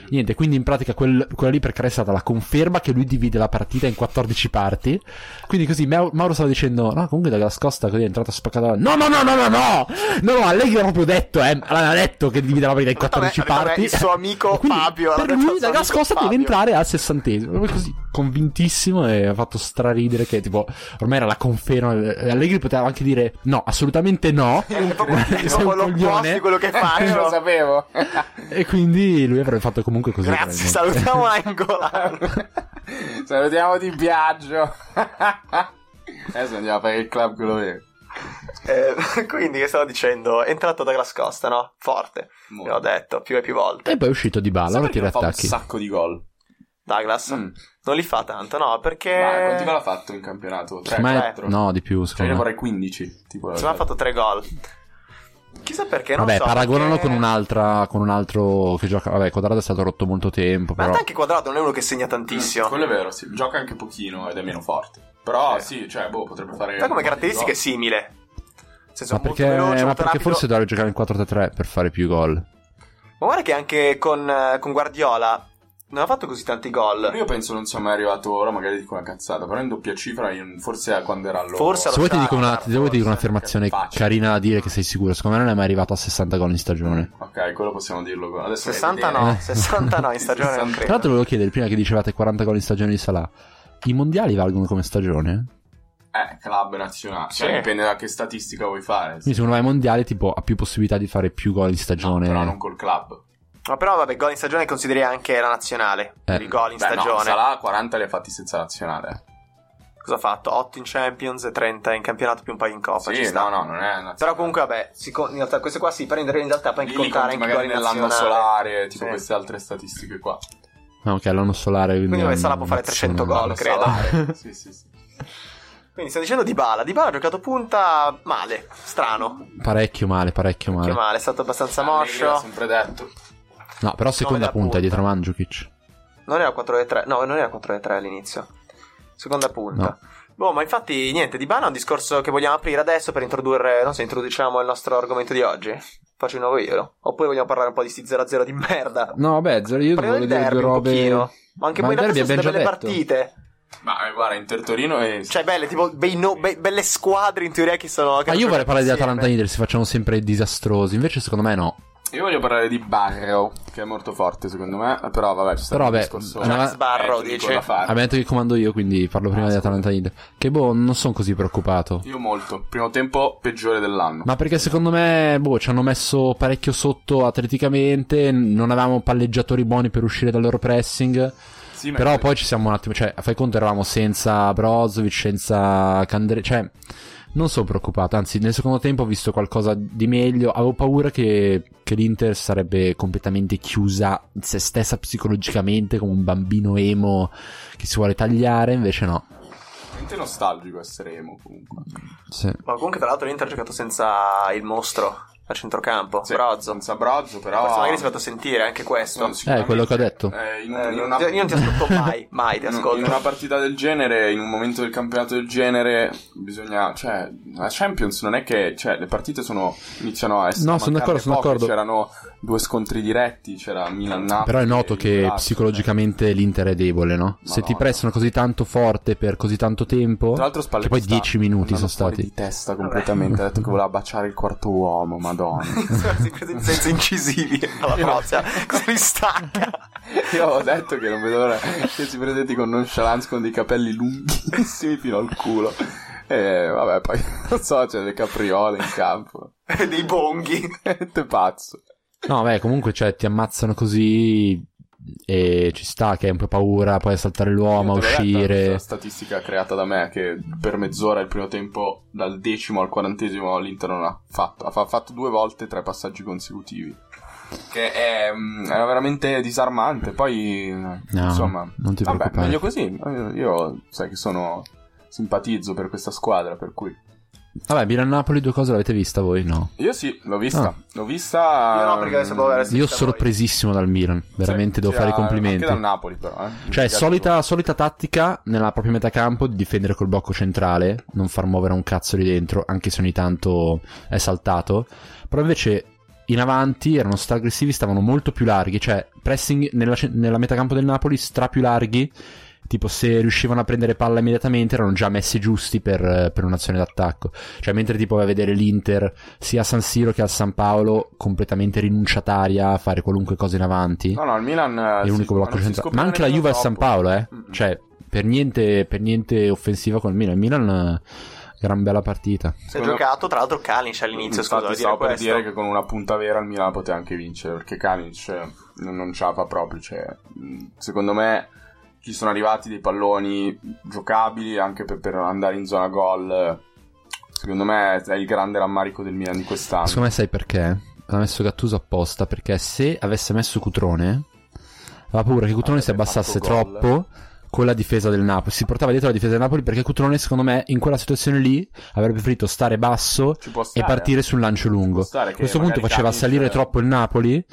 S1: Niente, quindi in pratica quel- quella lì per Caressa è stata la conferma che lui divide la partita in 14 parti. Quindi così Mau- Mauro stava dicendo, no, comunque da Gascosta così è entrato spaccato. No, no, no, no, no, no! No, no, a lei gli ha proprio detto, eh, l'ha detto che divide la partita in
S3: Vabbè,
S1: 14
S3: vabbè,
S1: parti.
S3: il suo amico
S1: E quindi
S3: Fabio, l'ha
S1: Per
S3: detto
S1: lui
S3: al suo
S1: da
S3: amico
S1: Gascosta deve
S3: Fabio.
S1: entrare al sessantesimo. Proprio così, convintissimo e ha fatto straridere che tipo, ormai era la conferma. eh, Allegri poteva anche dire, no, assolutamente no.
S3: È proprio
S1: Sei un
S3: tipo l'opposto
S1: coglione.
S3: di quello che
S2: Ah, Io lo
S3: faccio.
S2: sapevo.
S1: E quindi lui avrebbe fatto comunque così.
S3: Grazie,
S1: probabilmente.
S3: salutiamo Angolano.
S2: Salutiamo di viaggio. Adesso andiamo a fare il club quello vero.
S3: Eh, quindi che stavo dicendo? È entrato Douglas Costa, no? Forte.
S2: Molto.
S3: L'ho detto più e più volte.
S1: E poi è uscito di balla,
S2: Sai
S1: ora
S2: perché
S1: tira
S2: non fa un
S1: attacchi.
S2: sacco di gol.
S3: Douglas
S2: Mm.
S3: non li fa tanto, no? Perché...
S2: Ma quanti gol ha fatto in campionato? Tre,
S1: Ma è-
S2: quattro?
S1: no, di più,
S2: Cioè, io
S1: secondo
S2: ne
S1: me.
S2: vorrei 15. Tipo,
S3: Se ha fatto tre gol. Chissà perché, non
S1: Vabbè,
S3: so.
S1: paragonalo
S3: perché-
S1: con un'altra, con un altro che gioca. Vabbè, Quadrado è stato rotto molto tempo,
S3: Ma
S1: però.
S3: anche Quadrato non è uno che segna tantissimo.
S2: Mm, Quello è vero, sì. Gioca anche pochino ed è meno forte. Però
S3: Eh.
S2: sì, cioè, boh, potrebbe fare...
S3: Poi come
S2: un po' di
S3: caratteristica è
S2: gol.
S3: simile. Nel senso,
S1: Ma
S3: molto
S1: perché,
S3: veloce,
S1: ma
S3: molto
S1: perché
S3: rapido.
S1: forse dovrebbe giocare in 4-3-3 per fare più gol?
S3: Ma guarda che anche con, eh, con Guardiola non ha fatto così tanti gol.
S2: Io penso non sia mai arrivato ora, magari dico una cazzata, però in doppia cifra io- forse a quando era allora.
S3: Forse
S1: Se vuoi ti
S3: Sarà
S1: dico, una,
S3: Sarà,
S1: ti devo dire
S3: forse,
S1: un'affermazione
S2: perché è facile.
S1: carina da dire che sei sicuro. Secondo me non è mai arrivato a 60 gol in stagione.
S2: Ok, quello possiamo dirlo. Adesso
S3: 60
S2: vedere.
S3: no,
S1: Eh.
S3: 60 no, in stagione non
S2: 60.
S1: Tra
S3: credo.
S1: l'altro volevo chiedere, prima che dicevate 40 gol in stagione di Salah, i mondiali valgono come stagione?
S2: Eh, club nazionale. Cioè,
S3: Sì.
S2: dipende da che statistica vuoi fare.
S1: Quindi secondo me ai mondiali tipo ha più possibilità di fare più gol in stagione.
S2: Però non col club.
S3: Ma però vabbè, gol in stagione consideri anche la nazionale.
S1: Eh.
S3: I gol in
S2: Beh, No,
S3: stagione.
S2: Salah 40 li ha fatti senza nazionale.
S3: Cosa ha fatto? 8 in Champions, 30 in campionato più un paio in Coppa. ci
S2: Sì, no,
S3: sta.
S2: no, non è nazionale.
S3: Però comunque vabbè, si con- in realtà queste qua si prendere in realtà poi
S2: Lì li
S3: incontrare
S2: conti
S3: anche i gol
S2: magari
S3: in
S2: nell'anno
S3: nazionale.
S2: solare, tipo
S3: Sì.
S2: queste altre statistiche qua.
S1: Ah, ok, l'anno solare. Quindi,
S3: Quindi
S1: è
S3: vabbè,
S1: un
S3: Salah può fare 300
S1: mazzone.
S3: gol.
S2: L'anno
S3: credo.
S2: solare. sì, sì, sì.
S3: Quindi stiamo dicendo Di Bala. Di Bala ha giocato punta male, strano.
S1: Parecchio male, parecchio
S3: Che
S1: male.
S3: male, è stato abbastanza
S2: Allegri l'ha
S3: moscio.
S2: sempre detto.
S1: No, però seconda
S3: da
S1: punta è
S3: punta.
S1: dietro Mandzukic.
S3: Non era 4 e 3, no, non era 4 e 3 all'inizio. Seconda punta. Boh, ma infatti niente, di Bala è un discorso che vogliamo aprire adesso per introdurre, non so, introduciamo il nostro argomento di oggi. Faccio di nuovo io. Oppure vogliamo parlare un po' di sti 0-0 di merda.
S1: No, vabbè, zero, io volevo
S3: Parliamo del
S1: dire
S3: derby
S1: due
S3: un
S1: robe.
S3: pochino. Ma anche
S1: Ma
S3: poi
S1: il
S3: in realtà
S1: derby
S3: sono state belle
S1: abbiamo già
S3: partite.
S2: Ma eh, guarda, Inter Torino e
S3: Cioè, belle, tipo bei no- be- belle squadre in teoria che sono. che
S1: Ma Ah, io
S3: giocano
S1: vorrei parlare di
S3: insieme.
S1: Atalanta Inter, si facciamo sempre disastrosi. Invece, secondo me, no.
S2: Io voglio parlare di Barrow, che è molto forte secondo me, però vabbè, c'è stato
S1: Però,
S2: un
S1: vabbè,
S2: discorso...
S1: Jax
S2: tecnico
S3: Barrow,
S2: Eh, da
S3: dice.
S2: fare.
S1: Abbiamo detto che comando io, quindi parlo prima
S2: Ah,
S1: di
S2: scusa.
S1: Atalanta Inter. Che boh, non sono così preoccupato.
S2: Io molto, primo tempo peggiore dell'anno.
S1: Ma perché secondo me, boh, ci hanno messo parecchio sotto atleticamente, n- non avevamo palleggiatori buoni per uscire dal loro pressing,
S2: Sì, ma-
S1: però poi ci siamo un attimo, cioè, fai conto eravamo senza Brozovic, senza Candre, cioè, non sono preoccupato, anzi nel secondo tempo ho visto qualcosa di meglio, avevo paura che, che l'Inter sarebbe completamente chiusa in se stessa psicologicamente come un bambino emo che si vuole tagliare, invece no.
S2: Veramente nostalgico essere emo comunque.
S1: Sì.
S3: Ma comunque, tra l'altro, l'Inter ha giocato senza il mostro a centrocampo.
S2: Sì,
S3: Brozzo.
S2: Senza Brozzo, però...
S3: Forse magari si è fatto sentire anche questo.
S2: No, sicuramente,
S1: quello che ho detto.
S2: eh, in-
S3: Eh,
S2: in
S3: non
S2: una-
S3: ti- Io non ti ascolto mai, mai ti
S2: in-
S3: ascolto.
S2: In una partita del genere, in un momento del campionato del genere, bisogna. Cioè, la Champions non è che. Cioè, le partite sono. iniziano a essere.
S1: No, sono
S2: mancarne
S1: d'accordo, sono
S2: poche.
S1: d'accordo.
S2: C'erano due scontri diretti, c'era Milan Napoli.
S1: Però è noto che
S2: psicologicamente
S1: psicologicamente l'Inter è debole, no? Se ti
S2: Madonna.
S1: pressano così tanto forte per così tanto tempo,
S2: Tra l'altro Spalletti
S1: che poi
S2: sta
S1: 10 minuti sono
S2: andando fuori
S1: stati.
S2: di testa completamente, ha detto che voleva baciare il quarto uomo, madonna.
S3: Sì, preso in senso incisivi alla Brozza. Cosa li stacca?
S2: Io ho detto che non vedo l'ora che si presenti con nonchalance con dei capelli lunghissimi fino al culo. E vabbè, poi non so, c'è le capriole in campo.
S3: Dei bonghi.
S2: Te pazzo.
S1: No, beh, comunque cioè, ti ammazzano così e ci sta che hai un po' paura, poi a saltare l'uomo, a
S2: Io te l'ho detto,
S1: uscire.
S2: questa statistica creata da me che per mezz'ora il primo tempo, dal decimo al quarantesimo, l'Inter non ha fatto. Ha fa- fatto due volte tre passaggi consecutivi. Che è, mm, era veramente disarmante. Poi,
S1: No,
S2: insomma,
S1: non ti
S2: vabbè,
S1: preoccupare.
S2: meglio così. Io sai che sono simpatizzo per questa squadra, per cui
S1: Vabbè, Milan-Napoli due cose l'avete vista voi? No.
S2: Io sì, l'ho vista.
S1: Ah.
S2: L'ho vista.
S3: Io no, perché adesso devo avere- Sì,
S1: Io
S3: sta
S1: sorpresissimo dal Milan, veramente
S2: Sì,
S1: devo fare i
S2: c'era-
S1: complimenti.
S2: Anche dal Napoli, però. eh.
S1: Cioè,
S2: Mi
S1: solita, solita tattica nella propria metà campo di difendere col blocco centrale, non far muovere un cazzo lì dentro, anche se ogni tanto è saltato. Però invece in avanti erano stra-aggressivi, stavano molto più larghi, cioè pressing nella, ce- nella metà campo del Napoli stra più larghi. Tipo, se riuscivano a prendere palla immediatamente, erano già messi giusti per, per un'azione d'attacco. Cioè, mentre tipo vai a vedere l'Inter sia a San Siro che a San Paolo, completamente rinunciataria a fare qualunque cosa in avanti
S2: piace. No, no, il Milan. eh,
S1: è l'unico blocco centrale. Ma anche la Juve al San Paolo, eh.
S2: Mm-mm.
S1: Cioè, per niente, per niente offensiva col Milan. Il Milan, eh, gran bella partita.
S3: Si è giocato, tra l'altro, Kalinic all'inizio.
S2: Infatti,
S3: Scusa, devo dire
S2: stavo per
S3: questo.
S2: dire che con una punta vera il Milan poteva anche vincere. Perché Kanic eh, non, non ce la fa proprio. Cioè, mh, secondo me ci sono arrivati dei palloni giocabili anche per, per andare in zona gol. eh, secondo me è il grande rammarico del Milan di quest'anno.
S1: Secondo me sai perché? Ha messo Gattuso apposta perché se avesse messo Cutrone, aveva paura che Cutrone
S2: Avrebbe
S1: si abbassasse
S2: Ah, eh, fatto gol.
S1: troppo con la difesa del Napoli. Si portava dietro la difesa del Napoli perché Cutrone, secondo me, in quella situazione lì avrebbe preferito stare basso
S2: Ci può
S1: e
S2: stare.
S1: partire sul lancio lungo.
S2: Può stare
S1: A
S2: che
S1: questo
S2: magari
S1: punto faceva
S2: Kalinic-
S1: salire troppo il Napoli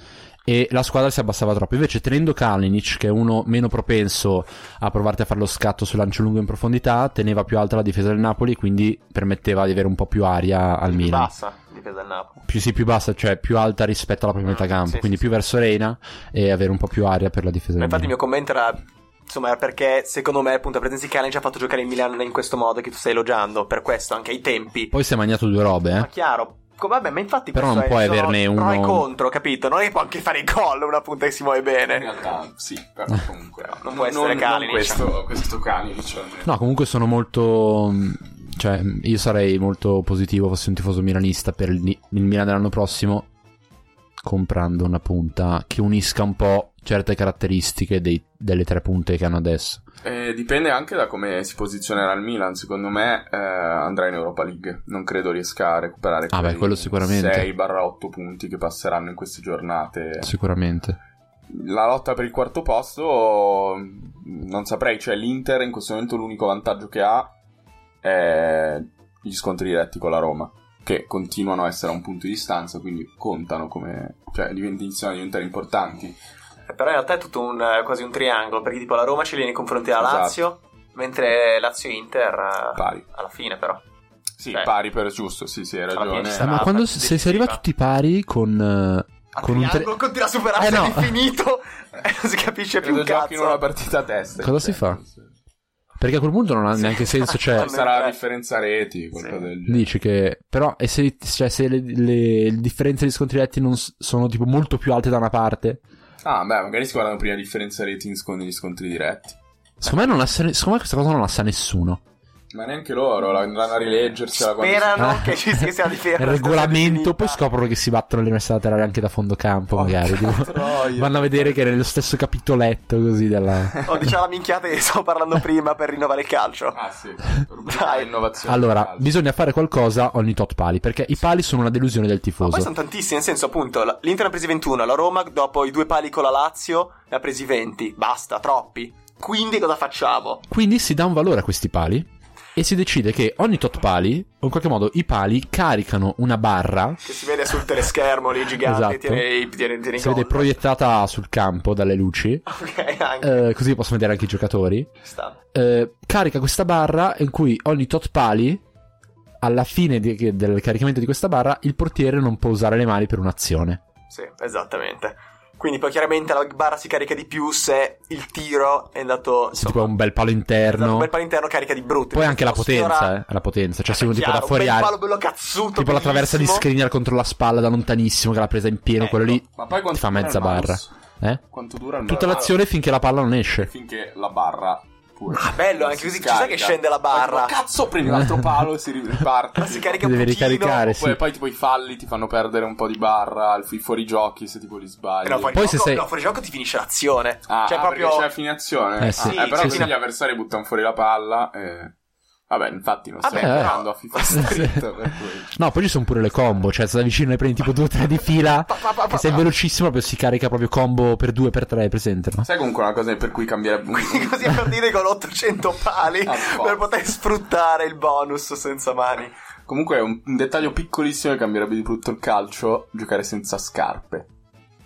S1: e la squadra si abbassava troppo. Invece, tenendo Kalinic, che è uno meno propenso a provarti a fare lo scatto sul lancio lungo in profondità, teneva più alta la difesa del Napoli, quindi permetteva di avere un po' più aria al
S3: Più
S1: Milan.
S3: bassa, difesa del Napoli.
S1: Più, sì, più bassa, cioè più alta rispetto alla prima
S3: Mm,
S1: metà campo,
S3: sì,
S1: quindi
S3: sì,
S1: più
S3: sì.
S1: verso Reina e avere un po' più aria per la difesa del
S3: Ma infatti il
S1: Milan.
S3: mio commento era insomma era perché secondo me appunto la presenza di Kalinic ha fatto giocare il Milan in questo modo che tu stai elogiando, per questo anche ai tempi.
S1: Poi si è mangiato due robe,
S3: Ma
S1: eh.
S3: chiaro. co- Vabbè, ma infatti
S1: Però
S3: questo
S1: non puoi
S3: è, sono
S1: averne
S3: pro e
S1: uno-
S3: contro, capito? Non è che può anche fare i gol una punta che si muove
S2: In
S3: bene.
S2: realtà sì, però comunque
S3: Non può essere Kalinic.
S2: questo, questo Kalinic. cioè. almeno.
S1: No, comunque sono molto. mh, Cioè, mh, io sarei molto positivo fossi un tifoso milanista per il, il Milan dell'anno prossimo. Comprando una punta che unisca un po' certe caratteristiche dei- delle tre punte che hanno adesso.
S2: Eh, dipende anche da come si posizionerà il Milan. Secondo me eh, andrà in Europa League. Non credo riesca a recuperare
S1: Ah, beh, quello sicuramente.
S2: 6-8 punti che passeranno in queste giornate.
S1: Sicuramente.
S2: La lotta per il quarto posto mh, non saprei, cioè l'Inter in questo momento l'unico vantaggio che ha è gli scontri diretti con la Roma, che continuano a essere a un punto di distanza, quindi contano come cioè divent- iniziano a diventare importanti.
S3: Però in realtà è tutto un, eh, quasi un triangolo, perché tipo la Roma ce li nei confronti della
S2: Esatto.
S3: Lazio, mentre Lazio-Inter eh,
S2: Pari.
S3: alla fine però.
S2: Sì,
S3: Cioè-
S2: pari per giusto, sì, sì, hai
S3: Alla
S2: ragione.
S3: fine ci
S1: Eh,
S3: Ah,
S1: ma quando si- se
S3: decisiva.
S1: si arriva tutti pari con. eh,
S3: A
S1: Con un tre-
S3: triangolo continua a superarsi
S1: Eh, no. Cioè,
S3: all'infinito e Eh, non si capisce più
S2: Credo
S3: un
S2: giochino
S3: cazzo.
S2: una partita a testa.
S1: Cosa si fa? Perché a quel punto non ha
S3: Sì.
S1: neanche senso, cioè.
S2: Ci sarà la differenza reti, qualcosa
S3: Sì.
S2: del genere.
S1: Dici che. Però, e se, cioè, se le, le differenze di scontri diretti non s- sono tipo molto più alte da una parte,
S2: Ah, beh, magari si guardano prima differenza reti in scontri- gli scontri diretti.
S1: Secondo me, non la sa- secondo me questa cosa non la sa nessuno.
S2: Ma neanche loro la andranno a rileggersela quando si
S3: Sperano
S1: Ah.
S3: che ci che sia di ferro.
S1: Il regolamento, poi scoprono che si battono le messe laterali anche da fondo campo, magari. tipo. vanno a vedere che è nello stesso capitoletto così della...
S3: Ho diciamo la minchiata che stavo parlando prima per rinnovare il calcio.
S2: Ah, sì.
S3: Dai.
S2: Innovazione
S3: Cioè,
S1: Allora, bisogna fare qualcosa ogni tot pali, perché i pali sono una delusione del
S3: Ma poi
S1: tifoso.
S3: sono tantissimi, nel senso appunto la- l'Inter ne ha presi 21, la Roma dopo i due pali con la Lazio ne ha presi 20, basta, troppi. Quindi cosa facciamo?
S1: Quindi si dà un valore a questi pali e si decide che ogni tot pali, o in qualche modo i pali, caricano una barra,
S3: Che si vede sul teleschermo lì gigante,
S1: Esatto.
S3: tiene, i- tiene, tiene i
S1: si vede
S3: gol.
S1: proiettata sul campo dalle luci,
S3: Ok, anche.
S1: eh, così possono vedere anche i giocatori.
S3: sta.
S1: eh, carica questa barra in cui ogni tot pali alla fine di- che- del caricamento di questa barra il portiere non può usare le mani per un'azione
S3: Sì, esattamente. Quindi poi chiaramente la barra si carica di più se il tiro è andato...
S1: se tipo è un bel palo interno
S3: Un bel palo interno carica di brutto.
S1: poi anche la
S3: Sfiora-
S1: potenza eh, la potenza cioè se uno tipo
S3: Chiaro,
S1: da fuori
S3: un bel
S1: aria
S3: palo bello cazzuto,
S1: tipo la traversa di
S3: bellissimo.
S1: Skriniar contro la spalla da lontanissimo che l'ha presa in pieno
S3: Ecco.
S1: quello lì
S2: Ma poi
S1: Ti
S2: quanto
S1: fa
S2: dura
S1: mezza
S2: il mouse?
S1: eh?
S2: Quanto dura il
S1: tutta
S2: mouse?
S1: l'azione finché la palla non esce
S2: Finché la barra pure.
S3: Ah, bello, anche
S2: Si
S3: così ci
S2: scarica.
S3: sa che scende la barra.
S2: Poi tipo, cazzo, prendi un altro palo e si ri- riparte.
S3: Ma si carica
S1: Ti
S3: un
S1: deve
S3: pochino.
S1: ricaricare
S2: Poi,
S1: Eh, sì.
S2: poi tipo i falli ti fanno perdere un po' di barra, il- i fuorigiochi se tipo li
S3: Eh
S2: sbagli.
S3: No, fuori
S1: Poi
S3: gioco,
S1: se sei-
S3: no, fuori gioco ti finisce l'azione.
S2: Ah,
S3: cioè,
S2: ah,
S3: proprio.
S2: perché c'è la fine azione.
S1: Eh, sì.
S2: Ah,
S3: Sì,
S2: però
S3: c'è
S2: così
S3: fine-
S2: gli avversari buttano fuori la palla e... Vabbè, infatti non
S3: Vabbè,
S2: stiamo
S1: però-
S2: giocando a FIFA Street, per cui...
S1: no poi ci sono pure le combo cioè se da vicino ne prendi tipo due o tre di fila
S3: Pa, pa, pa,
S1: e
S3: pa,
S1: sei
S3: pa.
S1: velocissimo proprio si carica proprio combo per due per tre presente no?
S2: Sai comunque una cosa per cui cambiare
S3: Così per dire con 800 pali
S2: Ah, forza.
S3: per poter sfruttare il bonus senza mani.
S2: Comunque è un un dettaglio piccolissimo che cambierebbe di brutto il calcio, giocare senza scarpe.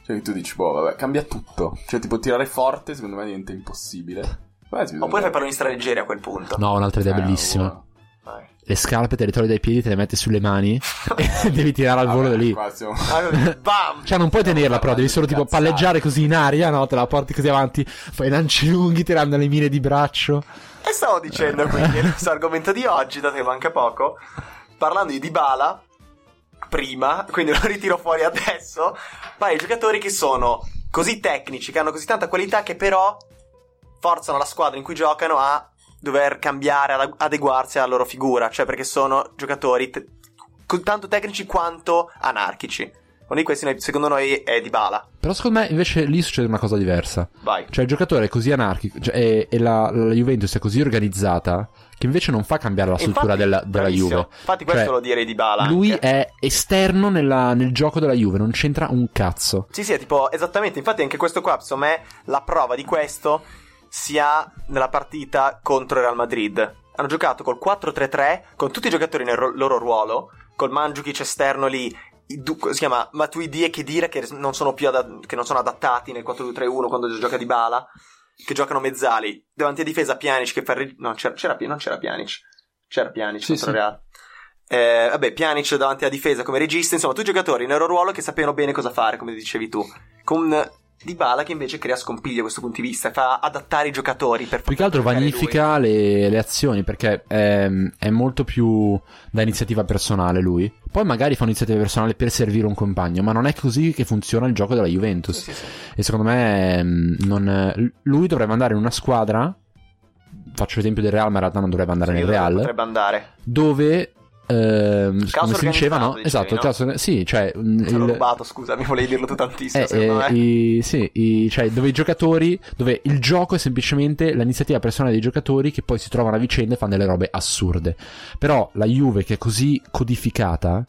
S2: Cioè che tu dici, boh, vabbè, cambia tutto. Cioè tipo tirare forte secondo me diventa impossibile. Vabbè, si
S3: Oppure
S2: bisogna-
S3: fai palloni straleggeri a quel punto.
S1: no un'altra idea
S2: Eh,
S1: bellissima
S2: boh.
S3: Vai.
S1: le scarpe te le togli dai piedi, te le metti sulle mani e devi tirare al volo da
S2: Vabbè,
S1: lì.
S2: qua siamo-
S3: Allora, Ah, Bam!
S1: Cioè, non puoi tenerla, però, devi solo tipo
S2: Cazzate.
S1: palleggiare così in aria, no? Te la porti così avanti, fai i lanci lunghi tirando le mine di braccio.
S3: E stavo dicendo quindi, il nostro argomento di oggi, dato che manca poco, parlando di Dybala, prima, quindi lo ritiro fuori adesso, ma i giocatori che sono così tecnici, che hanno così tanta qualità, che però forzano la squadra in cui giocano a dover cambiare, ad adeguarsi alla loro figura, cioè perché sono giocatori te- co- tanto tecnici quanto anarchici. Uno di questi, noi- secondo noi, è di Bala.
S1: Però secondo me invece lì succede una cosa diversa.
S3: Vai.
S1: Cioè il giocatore è così anarchico cioè, e, e la, la Juventus è così organizzata che invece non fa cambiare la struttura
S3: Infatti-
S1: della, della
S3: bravissimo.
S1: Juve.
S3: Infatti, questo
S1: Cioè,
S3: lo direi di Bala.
S1: Lui è esterno nella- nel gioco della Juve, non c'entra un cazzo.
S3: Sì, sì, è tipo esattamente. Infatti, anche questo qua, secondo me, la prova di questo si ha nella partita contro il Real Madrid. Hanno giocato col 4-3-3 con tutti i giocatori nel ro- loro ruolo, col Mandzukic esterno lì. i du- si chiama Matuidi e Khedira che non sono più ada- che non sono adattati nel 4-2-3-1 quando gioca di bala che giocano mezzali davanti a difesa Pjanic che fa ri- no, c'era, c'era, Pi- non c'era Pjanic c'era Pjanic
S2: Sì,
S3: contro il
S2: sì.
S3: Real Eh, vabbè Pjanic davanti alla difesa come regista insomma tutti i giocatori nel loro ruolo che sapevano bene cosa fare come dicevi tu con Dybala che invece crea scompiglio da questo punto di vista fa adattare i giocatori per
S1: Più che altro
S3: giocare lui.
S1: vanifica le, le azioni perché ehm, è, molto più da iniziativa personale lui. Poi magari fa un'iniziativa personale per servire un compagno, ma non è così che funziona il gioco della Juventus.
S3: Sì, sì, sì.
S1: E secondo me ehm, non- lui dovrebbe andare in una squadra. Faccio l'esempio del Real, ma in realtà non dovrebbe andare nel
S3: Sì,
S1: Real.
S3: potrebbe andare
S1: Dove. ehm,
S3: Caso
S1: come si diceva, no?
S3: organizzato, dicevi,
S1: Esatto,
S3: no?
S1: caso- sì, cioè. mm,
S3: sono
S1: il-
S3: rubato scusa mi volevi dirlo tu tantissimo
S1: eh,
S3: secondo
S1: eh,
S3: me
S1: i- sì, i- cioè, dove i giocatori, dove il gioco è semplicemente l'iniziativa personale dei giocatori che poi si trovano a vicenda e fanno delle robe assurde. Però la Juve che è così codificata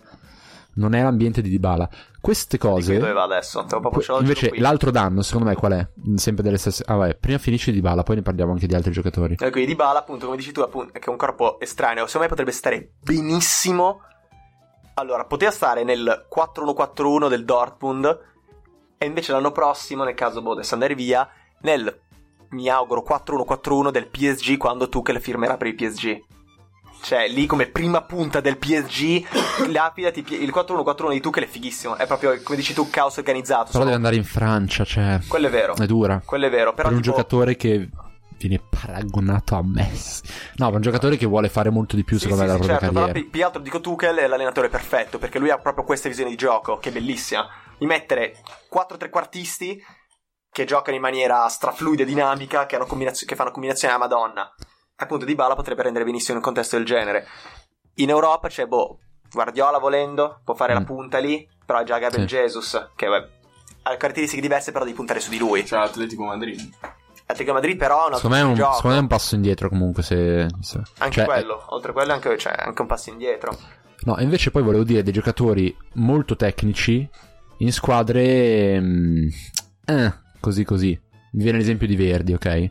S1: non è l'ambiente di Dybala. Queste
S3: Di cui
S1: cose
S3: dove va adesso te
S1: Que-
S3: lo proprio ce lo
S1: invece
S3: giro qui.
S1: l'altro danno secondo me qual è? Sempre delle stesse Ah vabbè, prima finisci di Bala, poi ne parliamo anche di altri giocatori.
S3: E Eh, quindi Dybala, appunto, come dici tu, appunto, che è un corpo estraneo, secondo me potrebbe stare benissimo. Allora, poteva stare nel 4-1-4-1 del Dortmund, e invece l'anno prossimo, nel caso boh, dovesse andare via, nel, mi auguro, 4-1-4-1 del PSG, quando Tuchel firmerà per il PSG. Cioè, lì come prima punta del PSG, lapidati, pie- il 4-1-4-1 di Tuchel è fighissimo. È proprio, come dici tu, caos organizzato.
S1: Però
S3: sono-
S1: deve andare in Francia, cioè
S3: Quello è vero.
S1: è dura.
S3: Quello è vero, però
S1: per un
S3: tipo-
S1: giocatore che viene paragonato a Messi. No, per un giocatore che vuole fare molto di più
S3: Sì,
S1: secondo
S3: sì,
S1: me
S3: sì,
S1: della
S3: certo,
S1: propria
S3: però
S1: carriera.
S3: pi- più altro dico Tuchel è l'allenatore perfetto perché lui ha proprio questa visione di gioco che è bellissima di mettere quattro trequartisti che giocano in maniera strafluida e dinamica che, hanno combinazio- che fanno combinazioni alla madonna appunto Di Bala potrebbe rendere benissimo in un contesto del genere in Europa c'è boh Guardiola volendo può fare
S1: Mm.
S3: la punta lì però è già Gabriel
S1: Sì.
S3: Jesus che vabbè, ha caratteristiche diverse però devi puntare su di lui
S2: C'è l'Atletico Madrid.
S3: Atletico Madrid però ha un altro
S1: Secondo me, è un,
S3: gioco
S1: secondo me è un passo indietro comunque se... se-
S3: anche
S1: cioè,
S3: quello oltre a quello anche, cioè, anche un passo indietro
S1: No, invece poi volevo dire dei giocatori molto tecnici in squadre mm, eh, così così. Mi viene l'esempio di Verdi, ok?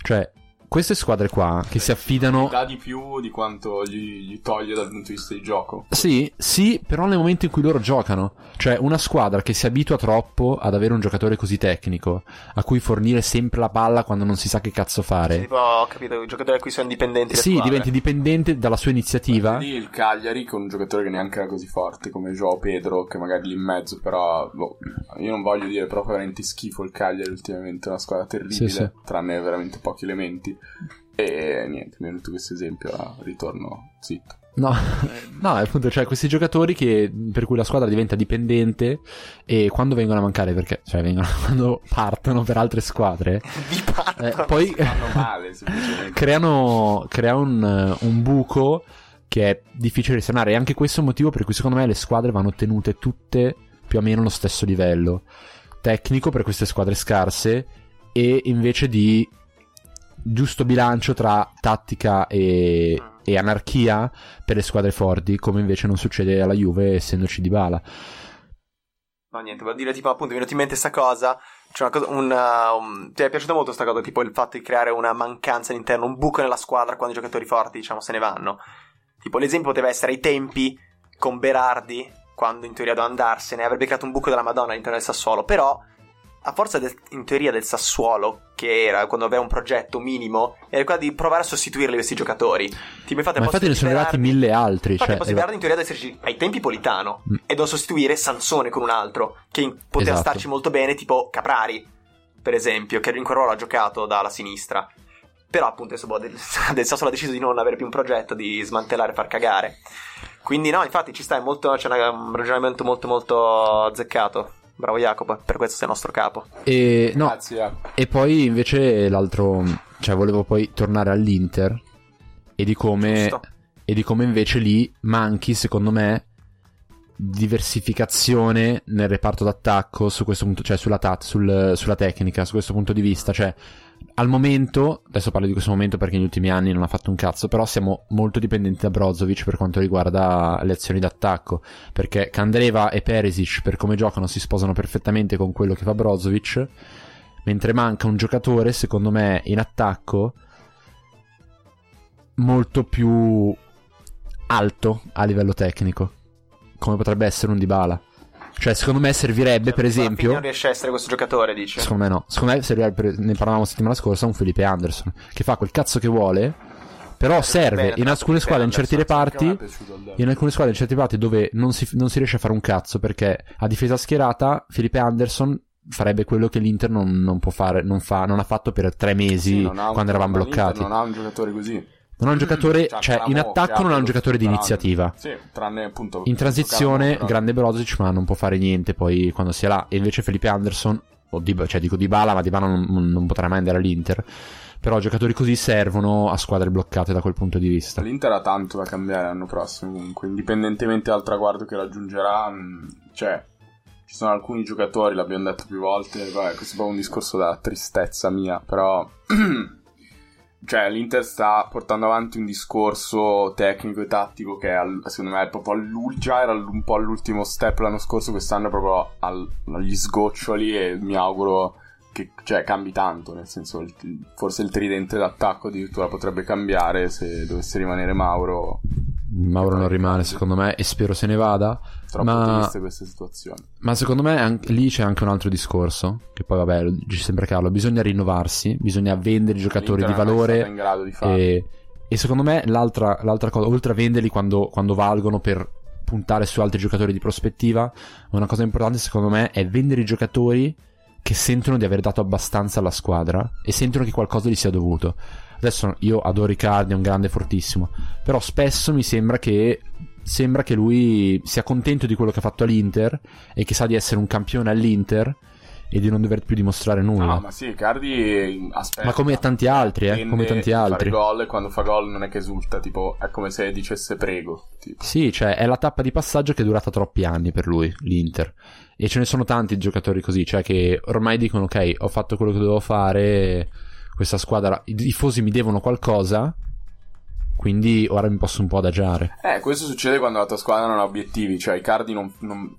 S1: Cioè, queste squadre qua che si affidano
S2: Dà di più di quanto gli, gli toglie dal punto di vista di gioco.
S1: Sì, sì, però nel momento in cui loro giocano. Cioè, una squadra che si abitua troppo ad avere un giocatore così tecnico, a cui fornire sempre la palla quando non si sa che cazzo
S3: Cioè,
S1: fare.
S3: tipo, ho capito, i giocatori a cui sono dipendenti. le
S1: Sì,
S3: squadre.
S1: diventi dipendente dalla sua iniziativa.
S2: Lì il Cagliari con un giocatore che neanche era così forte come Joao Pedro, che magari lì in mezzo, però boh, io non voglio dire, però fa veramente schifo il Cagliari ultimamente, è una squadra terribile,
S1: Sì, sì.
S2: tranne veramente pochi elementi. E niente, mi è venuto questo esempio, ah, ritorno zitto.
S1: No, no, appunto, cioè questi giocatori che, per cui la squadra diventa dipendente e quando vengono a mancare, perché, cioè, vengono, quando partono per altre squadre,
S3: Di parto.
S1: eh, poi
S2: Fanno male,
S3: Cioè,
S2: semplicemente.
S1: creano, crea un, eh, un buco che è difficile risanare. E anche questo è un motivo per cui secondo me le squadre vanno tenute tutte più o meno allo stesso livello tecnico per queste squadre scarse e invece di giusto bilancio tra tattica e, e anarchia per le squadre forti, come invece non succede alla Juve essendoci di bala.
S3: No, niente, vuol dire, tipo, appunto, mi è venuta in mente sta cosa. C'è una cosa, una, um, ti è piaciuta molto sta cosa, tipo il fatto di creare una mancanza all'interno, un buco nella squadra quando i giocatori forti, diciamo, se ne vanno. Tipo, l'esempio poteva essere ai tempi con Berardi, quando in teoria doveva andarsene, avrebbe creato un buco della Madonna all'interno del Sassuolo, però a forza del- in teoria del Sassuolo, che era quando aveva un progetto minimo, era quella di provare a sostituirli questi giocatori. Tipo, infatti,
S1: Ma
S3: al
S1: infatti
S3: posto di
S1: ne sono arrivati
S3: Berardi-
S1: mille altri.
S3: Infatti,
S1: Cioè,
S3: posso guardare in teoria ad esserci ai tempi Politano
S1: Mm.
S3: e devo sostituire Sansone con un altro che in- poteva
S1: Esatto.
S3: starci molto bene, tipo Caprari, per esempio, che in quel ruolo ha giocato dalla sinistra. Però, appunto, adesso boh, del, del Sassuolo ha deciso di non avere più un progetto, di smantellare e far cagare. Quindi, no, infatti, ci sta, è molto, c'è una- un ragionamento molto, molto azzeccato. Bravo, Jacopo, per questo sei il nostro capo.
S1: e, Eh, no,
S2: Grazie. ah.
S1: E poi invece l'altro, cioè volevo poi tornare all'Inter e di come,
S3: Giusto.
S1: e di come invece lì manchi secondo me diversificazione nel reparto d'attacco su questo punto, cioè sulla, tat, sul- sulla tecnica, su questo punto di vista. Cioè, al momento, adesso parlo di questo momento perché negli ultimi anni non ha fatto un cazzo, però siamo molto dipendenti da Brozovic per quanto riguarda le azioni d'attacco, perché Candreva e Perisic per come giocano si sposano perfettamente con quello che fa Brozovic, mentre manca un giocatore, secondo me, in attacco molto più alto a livello tecnico, come potrebbe essere un Dybala. Cioè, secondo me servirebbe, per esempio...
S3: Non riesce a essere questo giocatore, dice.
S1: Secondo me no. Secondo me servirebbe, per- ne parlavamo settimana scorsa, un Felipe Anderson che fa quel cazzo che vuole, però serve
S3: bene,
S1: in alcune
S3: Felipe
S1: squadre, in certi
S3: Anderson,
S2: Anche a me è
S1: reparti.
S2: piaciuto il
S1: In alcune squadre, in certi reparti dove non si, non si riesce a fare un cazzo perché a difesa schierata Felipe Anderson farebbe quello che l'Inter non, non può fare, non, fa- non ha fatto per tre mesi
S2: Sì, non ha un-
S1: quando eravamo
S2: ma l'Inter
S1: bloccati.
S2: Non Mm, ha un giocatore così.
S1: Non ha un giocatore, cioè, in
S2: Ramos,
S1: attacco non ha un
S2: Thiago,
S1: giocatore di
S2: tranne-
S1: iniziativa.
S2: Sì, tranne appunto.
S1: In transizione,
S2: Ramos,
S1: grande Brozic, ma non può fare niente poi quando si è là. E invece Felipe Anderson, o Dib- cioè dico Dybala, ma Dybala non, non potrà mai andare all'Inter. Però giocatori così servono a squadre bloccate da quel punto di vista.
S2: L'Inter ha tanto da cambiare l'anno prossimo, comunque, indipendentemente dal traguardo che raggiungerà, mh, cioè, ci sono alcuni giocatori, l'abbiamo detto più volte, vabbè, questo è proprio un discorso da tristezza mia, però, cioè, l'Inter sta portando avanti un discorso tecnico e tattico che è al- secondo me è proprio all'ul- già era un po' all'ultimo step l'anno scorso, quest'anno è proprio al- agli sgoccioli e mi auguro che cioè, cambi tanto, nel senso il- forse il tridente d'attacco addirittura potrebbe cambiare se dovesse rimanere Mauro.
S1: Mauro non rimane, secondo me, e spero se ne vada.
S2: Troppo
S1: Ma-
S2: triste questa situazione.
S1: Ma secondo me anche- lì c'è anche un altro discorso, che poi vabbè, lo dice sempre Carlo, bisogna rinnovarsi, bisogna vendere giocatori di
S2: L'Inter non è mai
S1: valore.
S2: stata in grado di farlo.
S1: E, e secondo me l'altra, l'altra cosa, oltre a venderli quando, quando valgono per puntare su altri giocatori di prospettiva, una cosa importante secondo me è vendere i giocatori che sentono di aver dato abbastanza alla squadra e sentono che qualcosa gli sia dovuto. Adesso io adoro Icardi, è un grande fortissimo, però spesso mi sembra che sembra che lui sia contento di quello che ha fatto all'Inter e che sa di essere un campione all'Inter e di non dover più dimostrare nulla.
S2: Ah, ma sì, Cardi aspetta.
S1: Ma come tanti altri, eh,
S2: Tende
S1: come tanti
S2: a fare
S1: altri.
S2: gol e quando fa gol non è che esulta, tipo è come se dicesse prego. Tipo.
S1: Sì, cioè è la tappa di passaggio che è durata troppi anni per lui, l'Inter. E ce ne sono tanti giocatori così, cioè che ormai dicono ok, ho fatto quello che dovevo fare, questa squadra, i tifosi mi devono qualcosa, quindi ora mi posso un po' adagiare.
S2: Eh, questo succede quando la tua squadra non ha obiettivi, cioè Icardi non, non...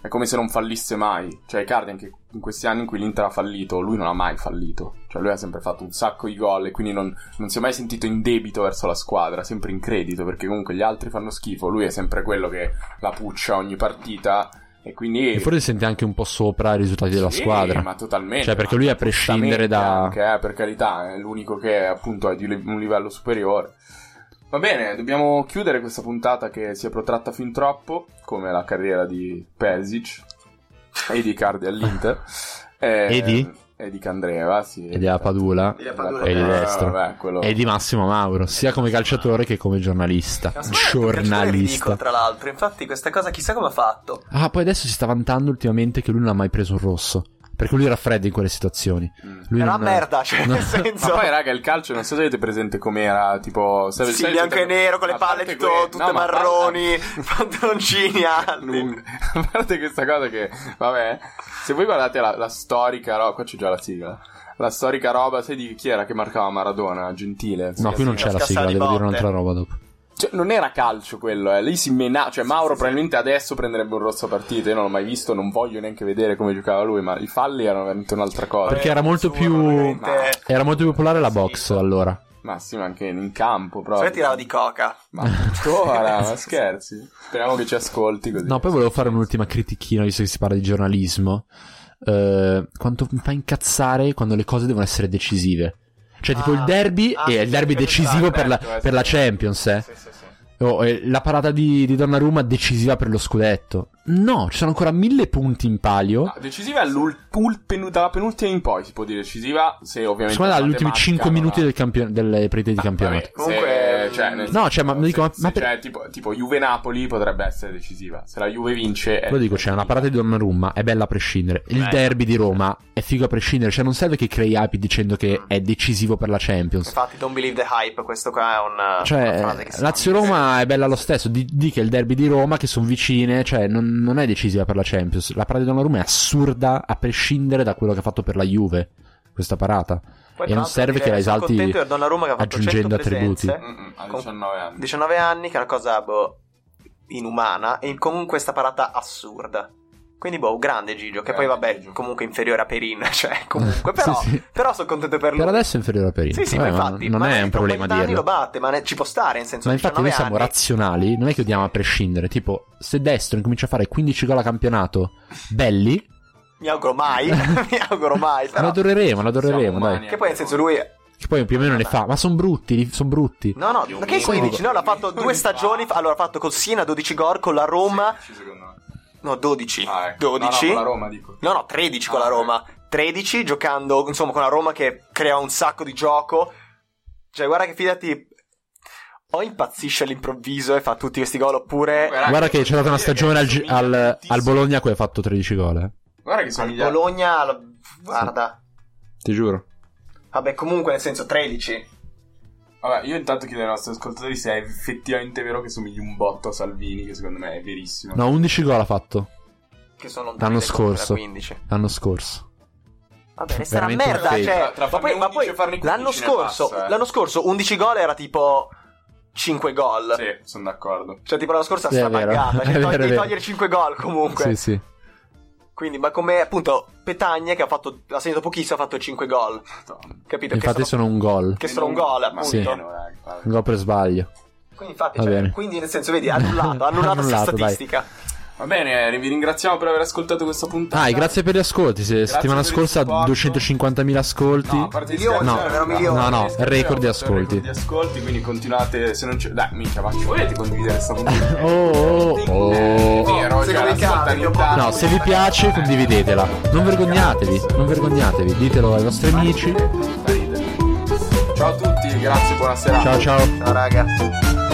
S2: è come se non fallisse mai. Cioè Icardi anche in questi anni in cui l'Inter ha fallito, lui non ha mai fallito. Cioè lui ha sempre fatto un sacco di gol e quindi non, non si è mai sentito in debito verso la squadra, sempre in credito, perché comunque gli altri fanno schifo, lui è sempre quello che la puccia ogni partita e quindi...
S1: E forse si sente anche un po' sopra i risultati della
S2: Sì,
S1: squadra.
S2: Ma totalmente.
S1: Cioè, perché
S2: ma
S1: lui a prescindere da-
S2: giustamente anche, eh, per carità, è l'unico che appunto è di li- un livello superiore. Va bene, dobbiamo chiudere questa puntata che si è protratta fin troppo, come la carriera di Perisic e di Cardi all'Inter. Eh,
S1: E di?
S2: E di Candreva, sì.
S1: E della Padula
S3: E della Padula.
S1: e di
S2: Eh,
S1: Destro.
S2: vabbè, quello-
S1: E di Massimo Mauro, sia come calciatore che come giornalista.
S3: Ma secondo me è un calciatore ridicolo,
S1: Giornalista.
S3: tra l'altro. Infatti, questa cosa chissà come ha fatto.
S1: Ah, poi adesso si sta vantando ultimamente che lui non ha mai preso un rosso. Perché lui era freddo in quelle situazioni.
S2: Mm.
S1: Lui
S3: Era
S1: non-
S3: una merda, cioè,
S1: No.
S3: nel senso.
S2: Ma poi, raga, il calcio, non so se avete presente com'era, tipo... sai-
S3: sì,
S2: sai-
S3: bianco e nero, con le
S2: a
S3: palle
S2: parte
S3: tutto-
S2: que-
S3: tutte
S2: no, ma a parte-
S3: marroni, pantaloncini alti.
S2: Lunghe. A parte questa cosa che, vabbè, se voi guardate la, la storica roba, qua c'è già la sigla. La storica roba, sai di chi era che marcava Maradona? Gentile.
S1: No,
S2: Sì,
S1: qui non
S2: sì.
S1: c'è la
S3: Scassare
S1: sigla,
S3: di
S1: devo dire
S3: botte. Eh,
S1: un'altra roba dopo.
S2: Cioè, non era calcio quello, eh. Lei si menava, cioè Mauro probabilmente adesso prenderebbe un rosso a partita, io non l'ho mai visto, non voglio neanche vedere come giocava lui, ma i falli erano veramente un'altra cosa.
S1: Perché era molto più-
S3: veramente-
S1: Era molto popolare la
S3: Sì.
S1: box allora.
S2: Ma sì, ma anche in campo
S3: Se
S2: proprio.
S3: no tirava di coca.
S2: Ma ancora, ma scherzi. Speriamo che ci ascolti così.
S1: No, poi volevo fare un'ultima critichina, visto che si parla di giornalismo. Eh, quanto mi fa incazzare quando le cose devono essere decisive. Cioè, tipo
S3: Ah.
S1: il derby
S3: Ah,
S1: e
S3: sì,
S1: il derby
S3: sì,
S1: decisivo
S3: sì,
S1: per la,
S2: certo, eh,
S1: per la
S2: sì.
S1: Champions, eh.
S2: Sì, sì, sì.
S1: Oh, e la parata di, di Donnarumma decisiva per lo scudetto. No, ci sono ancora mille punti in palio.
S2: Ah, decisiva è l'ul- pul- penu- dalla penultima in poi si può dire decisiva, se ovviamente...
S1: Secondo me
S2: la
S1: dagli ultimi
S2: matematica
S1: 5
S2: non ha-
S1: minuti del campio- delle partite
S3: Ah,
S1: di campionato.
S2: Vabbè,
S3: Comunque,
S2: se- cioè, nel
S1: no,
S2: senso,
S1: cioè, ma mi dico,
S2: se-
S1: ma-
S2: se
S1: ma per-
S2: c'è tipo, tipo Juve-Napoli potrebbe essere decisiva. Se la Juve
S3: Eh,
S2: vince... è-
S1: Lo dico, c'è una parata di Donnarumma, è bella a prescindere. Il
S2: Eh.
S1: derby di Roma è figo a prescindere, cioè non serve che crei hype dicendo che è decisivo per la Champions.
S3: Infatti, don't believe the hype. Questo qua è una, una frase
S1: Cioè,
S3: che si
S1: Lazio-Roma è bella lo stesso, di, di che il derby di Roma, che sono vicine, cioè non, non è decisiva per la Champions. La parata di Donnarumma è assurda a prescindere da quello che ha fatto per la Juve, questa parata.
S3: Poi,
S1: e
S3: tra
S1: non
S3: l'altro,
S1: serve
S3: direi,
S1: che la
S3: sono
S1: esalti
S3: contento per Donnarumma che ha fatto
S1: aggiungendo
S3: 100
S1: attributi.
S3: presenze.
S2: Mm-mm, Mm, a
S3: Con-
S2: 19 anni.
S3: 19 anni, che è una cosa boh, inumana, e con questa parata assurda. Quindi, boh, grande Gigio, che poi
S2: Grande
S3: vabbè,
S2: Gigio.
S3: comunque inferiore a Perin, cioè comunque, però,
S1: Sì, sì.
S3: però sono contento per lui.
S1: Per adesso è inferiore a Perin.
S3: Sì, sì,
S1: Vabbè,
S3: ma
S1: ma
S3: infatti,
S1: non
S3: ma
S1: è
S3: magari
S1: un
S3: tra
S1: problema
S3: 20 anni
S1: dirlo.
S3: lo batte, ma ne- ci può stare, in senso
S1: Ma
S3: che
S1: infatti noi siamo
S3: anni,
S1: razionali, non è che odiamo a prescindere. Tipo, se destro incomincia a fare 15 gol a campionato, belli,
S3: Mi auguro mai, mi auguro mai,
S1: lo
S3: però.
S1: adoreremo, lo adoreremo,
S2: Siamo
S1: dai.
S2: umani. ecco.
S3: Che poi, nel senso, lui
S1: Che poi più o meno ne fa, ma sono brutti, sono brutti.
S3: No, no,
S2: Dio
S3: ma
S2: mio.
S3: che coglioni dici? No, l'ha fatto due stagioni. fa- Allora, ha fatto col Siena 12 gol, con la Roma.
S2: Sì, secondo me.
S3: No, 12.
S2: Ah, ecco. No, no,
S3: 12.
S2: con la Roma dico.
S3: No, no, 13 con
S2: Ah,
S3: la
S2: ok.
S3: Roma. 13 giocando, insomma, con la Roma che crea un sacco di gioco. Cioè, guarda che fidati. O impazzisce all'improvviso e fa tutti questi gol,
S2: Eh,
S3: oppure.
S1: Guarda che c'è stata una stagione al,
S2: somiglia
S1: al, al
S2: tantissimo.
S1: Bologna a cui ha fatto 13 gol, eh.
S2: Guarda che
S3: Al
S2: somiglia
S3: Bologna. la- Guarda.
S1: Ti giuro.
S3: Vabbè, comunque, nel senso, 13.
S2: Vabbè, io intanto chiedo ai nostri ascoltatori se è effettivamente vero che somigli un botto a Salvini, che secondo me è verissimo.
S1: No, 11 gol ha fatto
S3: Che sono lontani
S1: L'anno
S3: dai gol della
S1: scorso.
S3: 15.
S1: l'anno scorso.
S3: Vabbè, resterà
S1: Veramente un
S3: merda.
S1: fake.
S2: Tra-
S3: Cioè,
S2: tra
S3: ma poi,
S2: farne
S3: ma
S2: 11
S3: poi
S2: e farne 15
S3: l'anno,
S2: ne
S3: scorso,
S2: passa, eh.
S3: l'anno scorso 11 gol era tipo 5 gol.
S2: Sì, sono d'accordo.
S3: Cioè, tipo l'anno scorso
S1: Sì, è vero.
S3: strapagata. Cioè,
S1: È
S3: togli-
S1: vero, è
S3: devi
S1: vero.
S3: togliere 5 gol comunque.
S1: Sì, sì.
S3: Quindi, ma come appunto Petagna che ha fatto, ha segnato pochissimo, ha fatto 5 gol.
S2: Madonna.
S3: Capito?
S1: Infatti
S3: che
S1: sono un gol.
S3: che sono un gol, appunto.
S1: Sì.
S2: meno, raga, vabbè.
S1: Un gol per sbaglio.
S3: Quindi, infatti,
S1: Va
S3: cioè,
S1: bene.
S3: quindi, nel senso, vedi, ha annullato, ha annullato,
S1: Annullato,
S3: sta
S1: dai.
S3: statistica.
S2: Va bene, eh, vi ringraziamo per aver ascoltato questa puntata.
S1: Ah, e grazie per gli ascolti. Se settimana
S2: per il
S1: scorsa
S2: supporto.
S1: 250.000 ascolti.
S2: No, a parte gli
S3: Milioni,
S2: scherzi,
S3: erano milioni.
S1: No, no,
S2: gli scherzi,
S1: record di
S2: abbiamo fatto
S1: ascolti.
S2: record di ascolti, quindi continuate se non c'è... Dai, minchia, ma ci volete condividere questa puntata?
S1: Oh, oh,
S2: Eh,
S1: oh.
S2: vero,
S3: Se
S2: cioè,
S3: vi piace,
S2: ascoltatela.
S1: No, se vi piace condividetela. Non vergognatevi, non vergognatevi. Ditelo ai vostri amici.
S2: Fa ridere. Ciao a tutti, grazie, buona
S1: Ciao
S2: serata.
S1: ciao.
S3: Ciao, raga.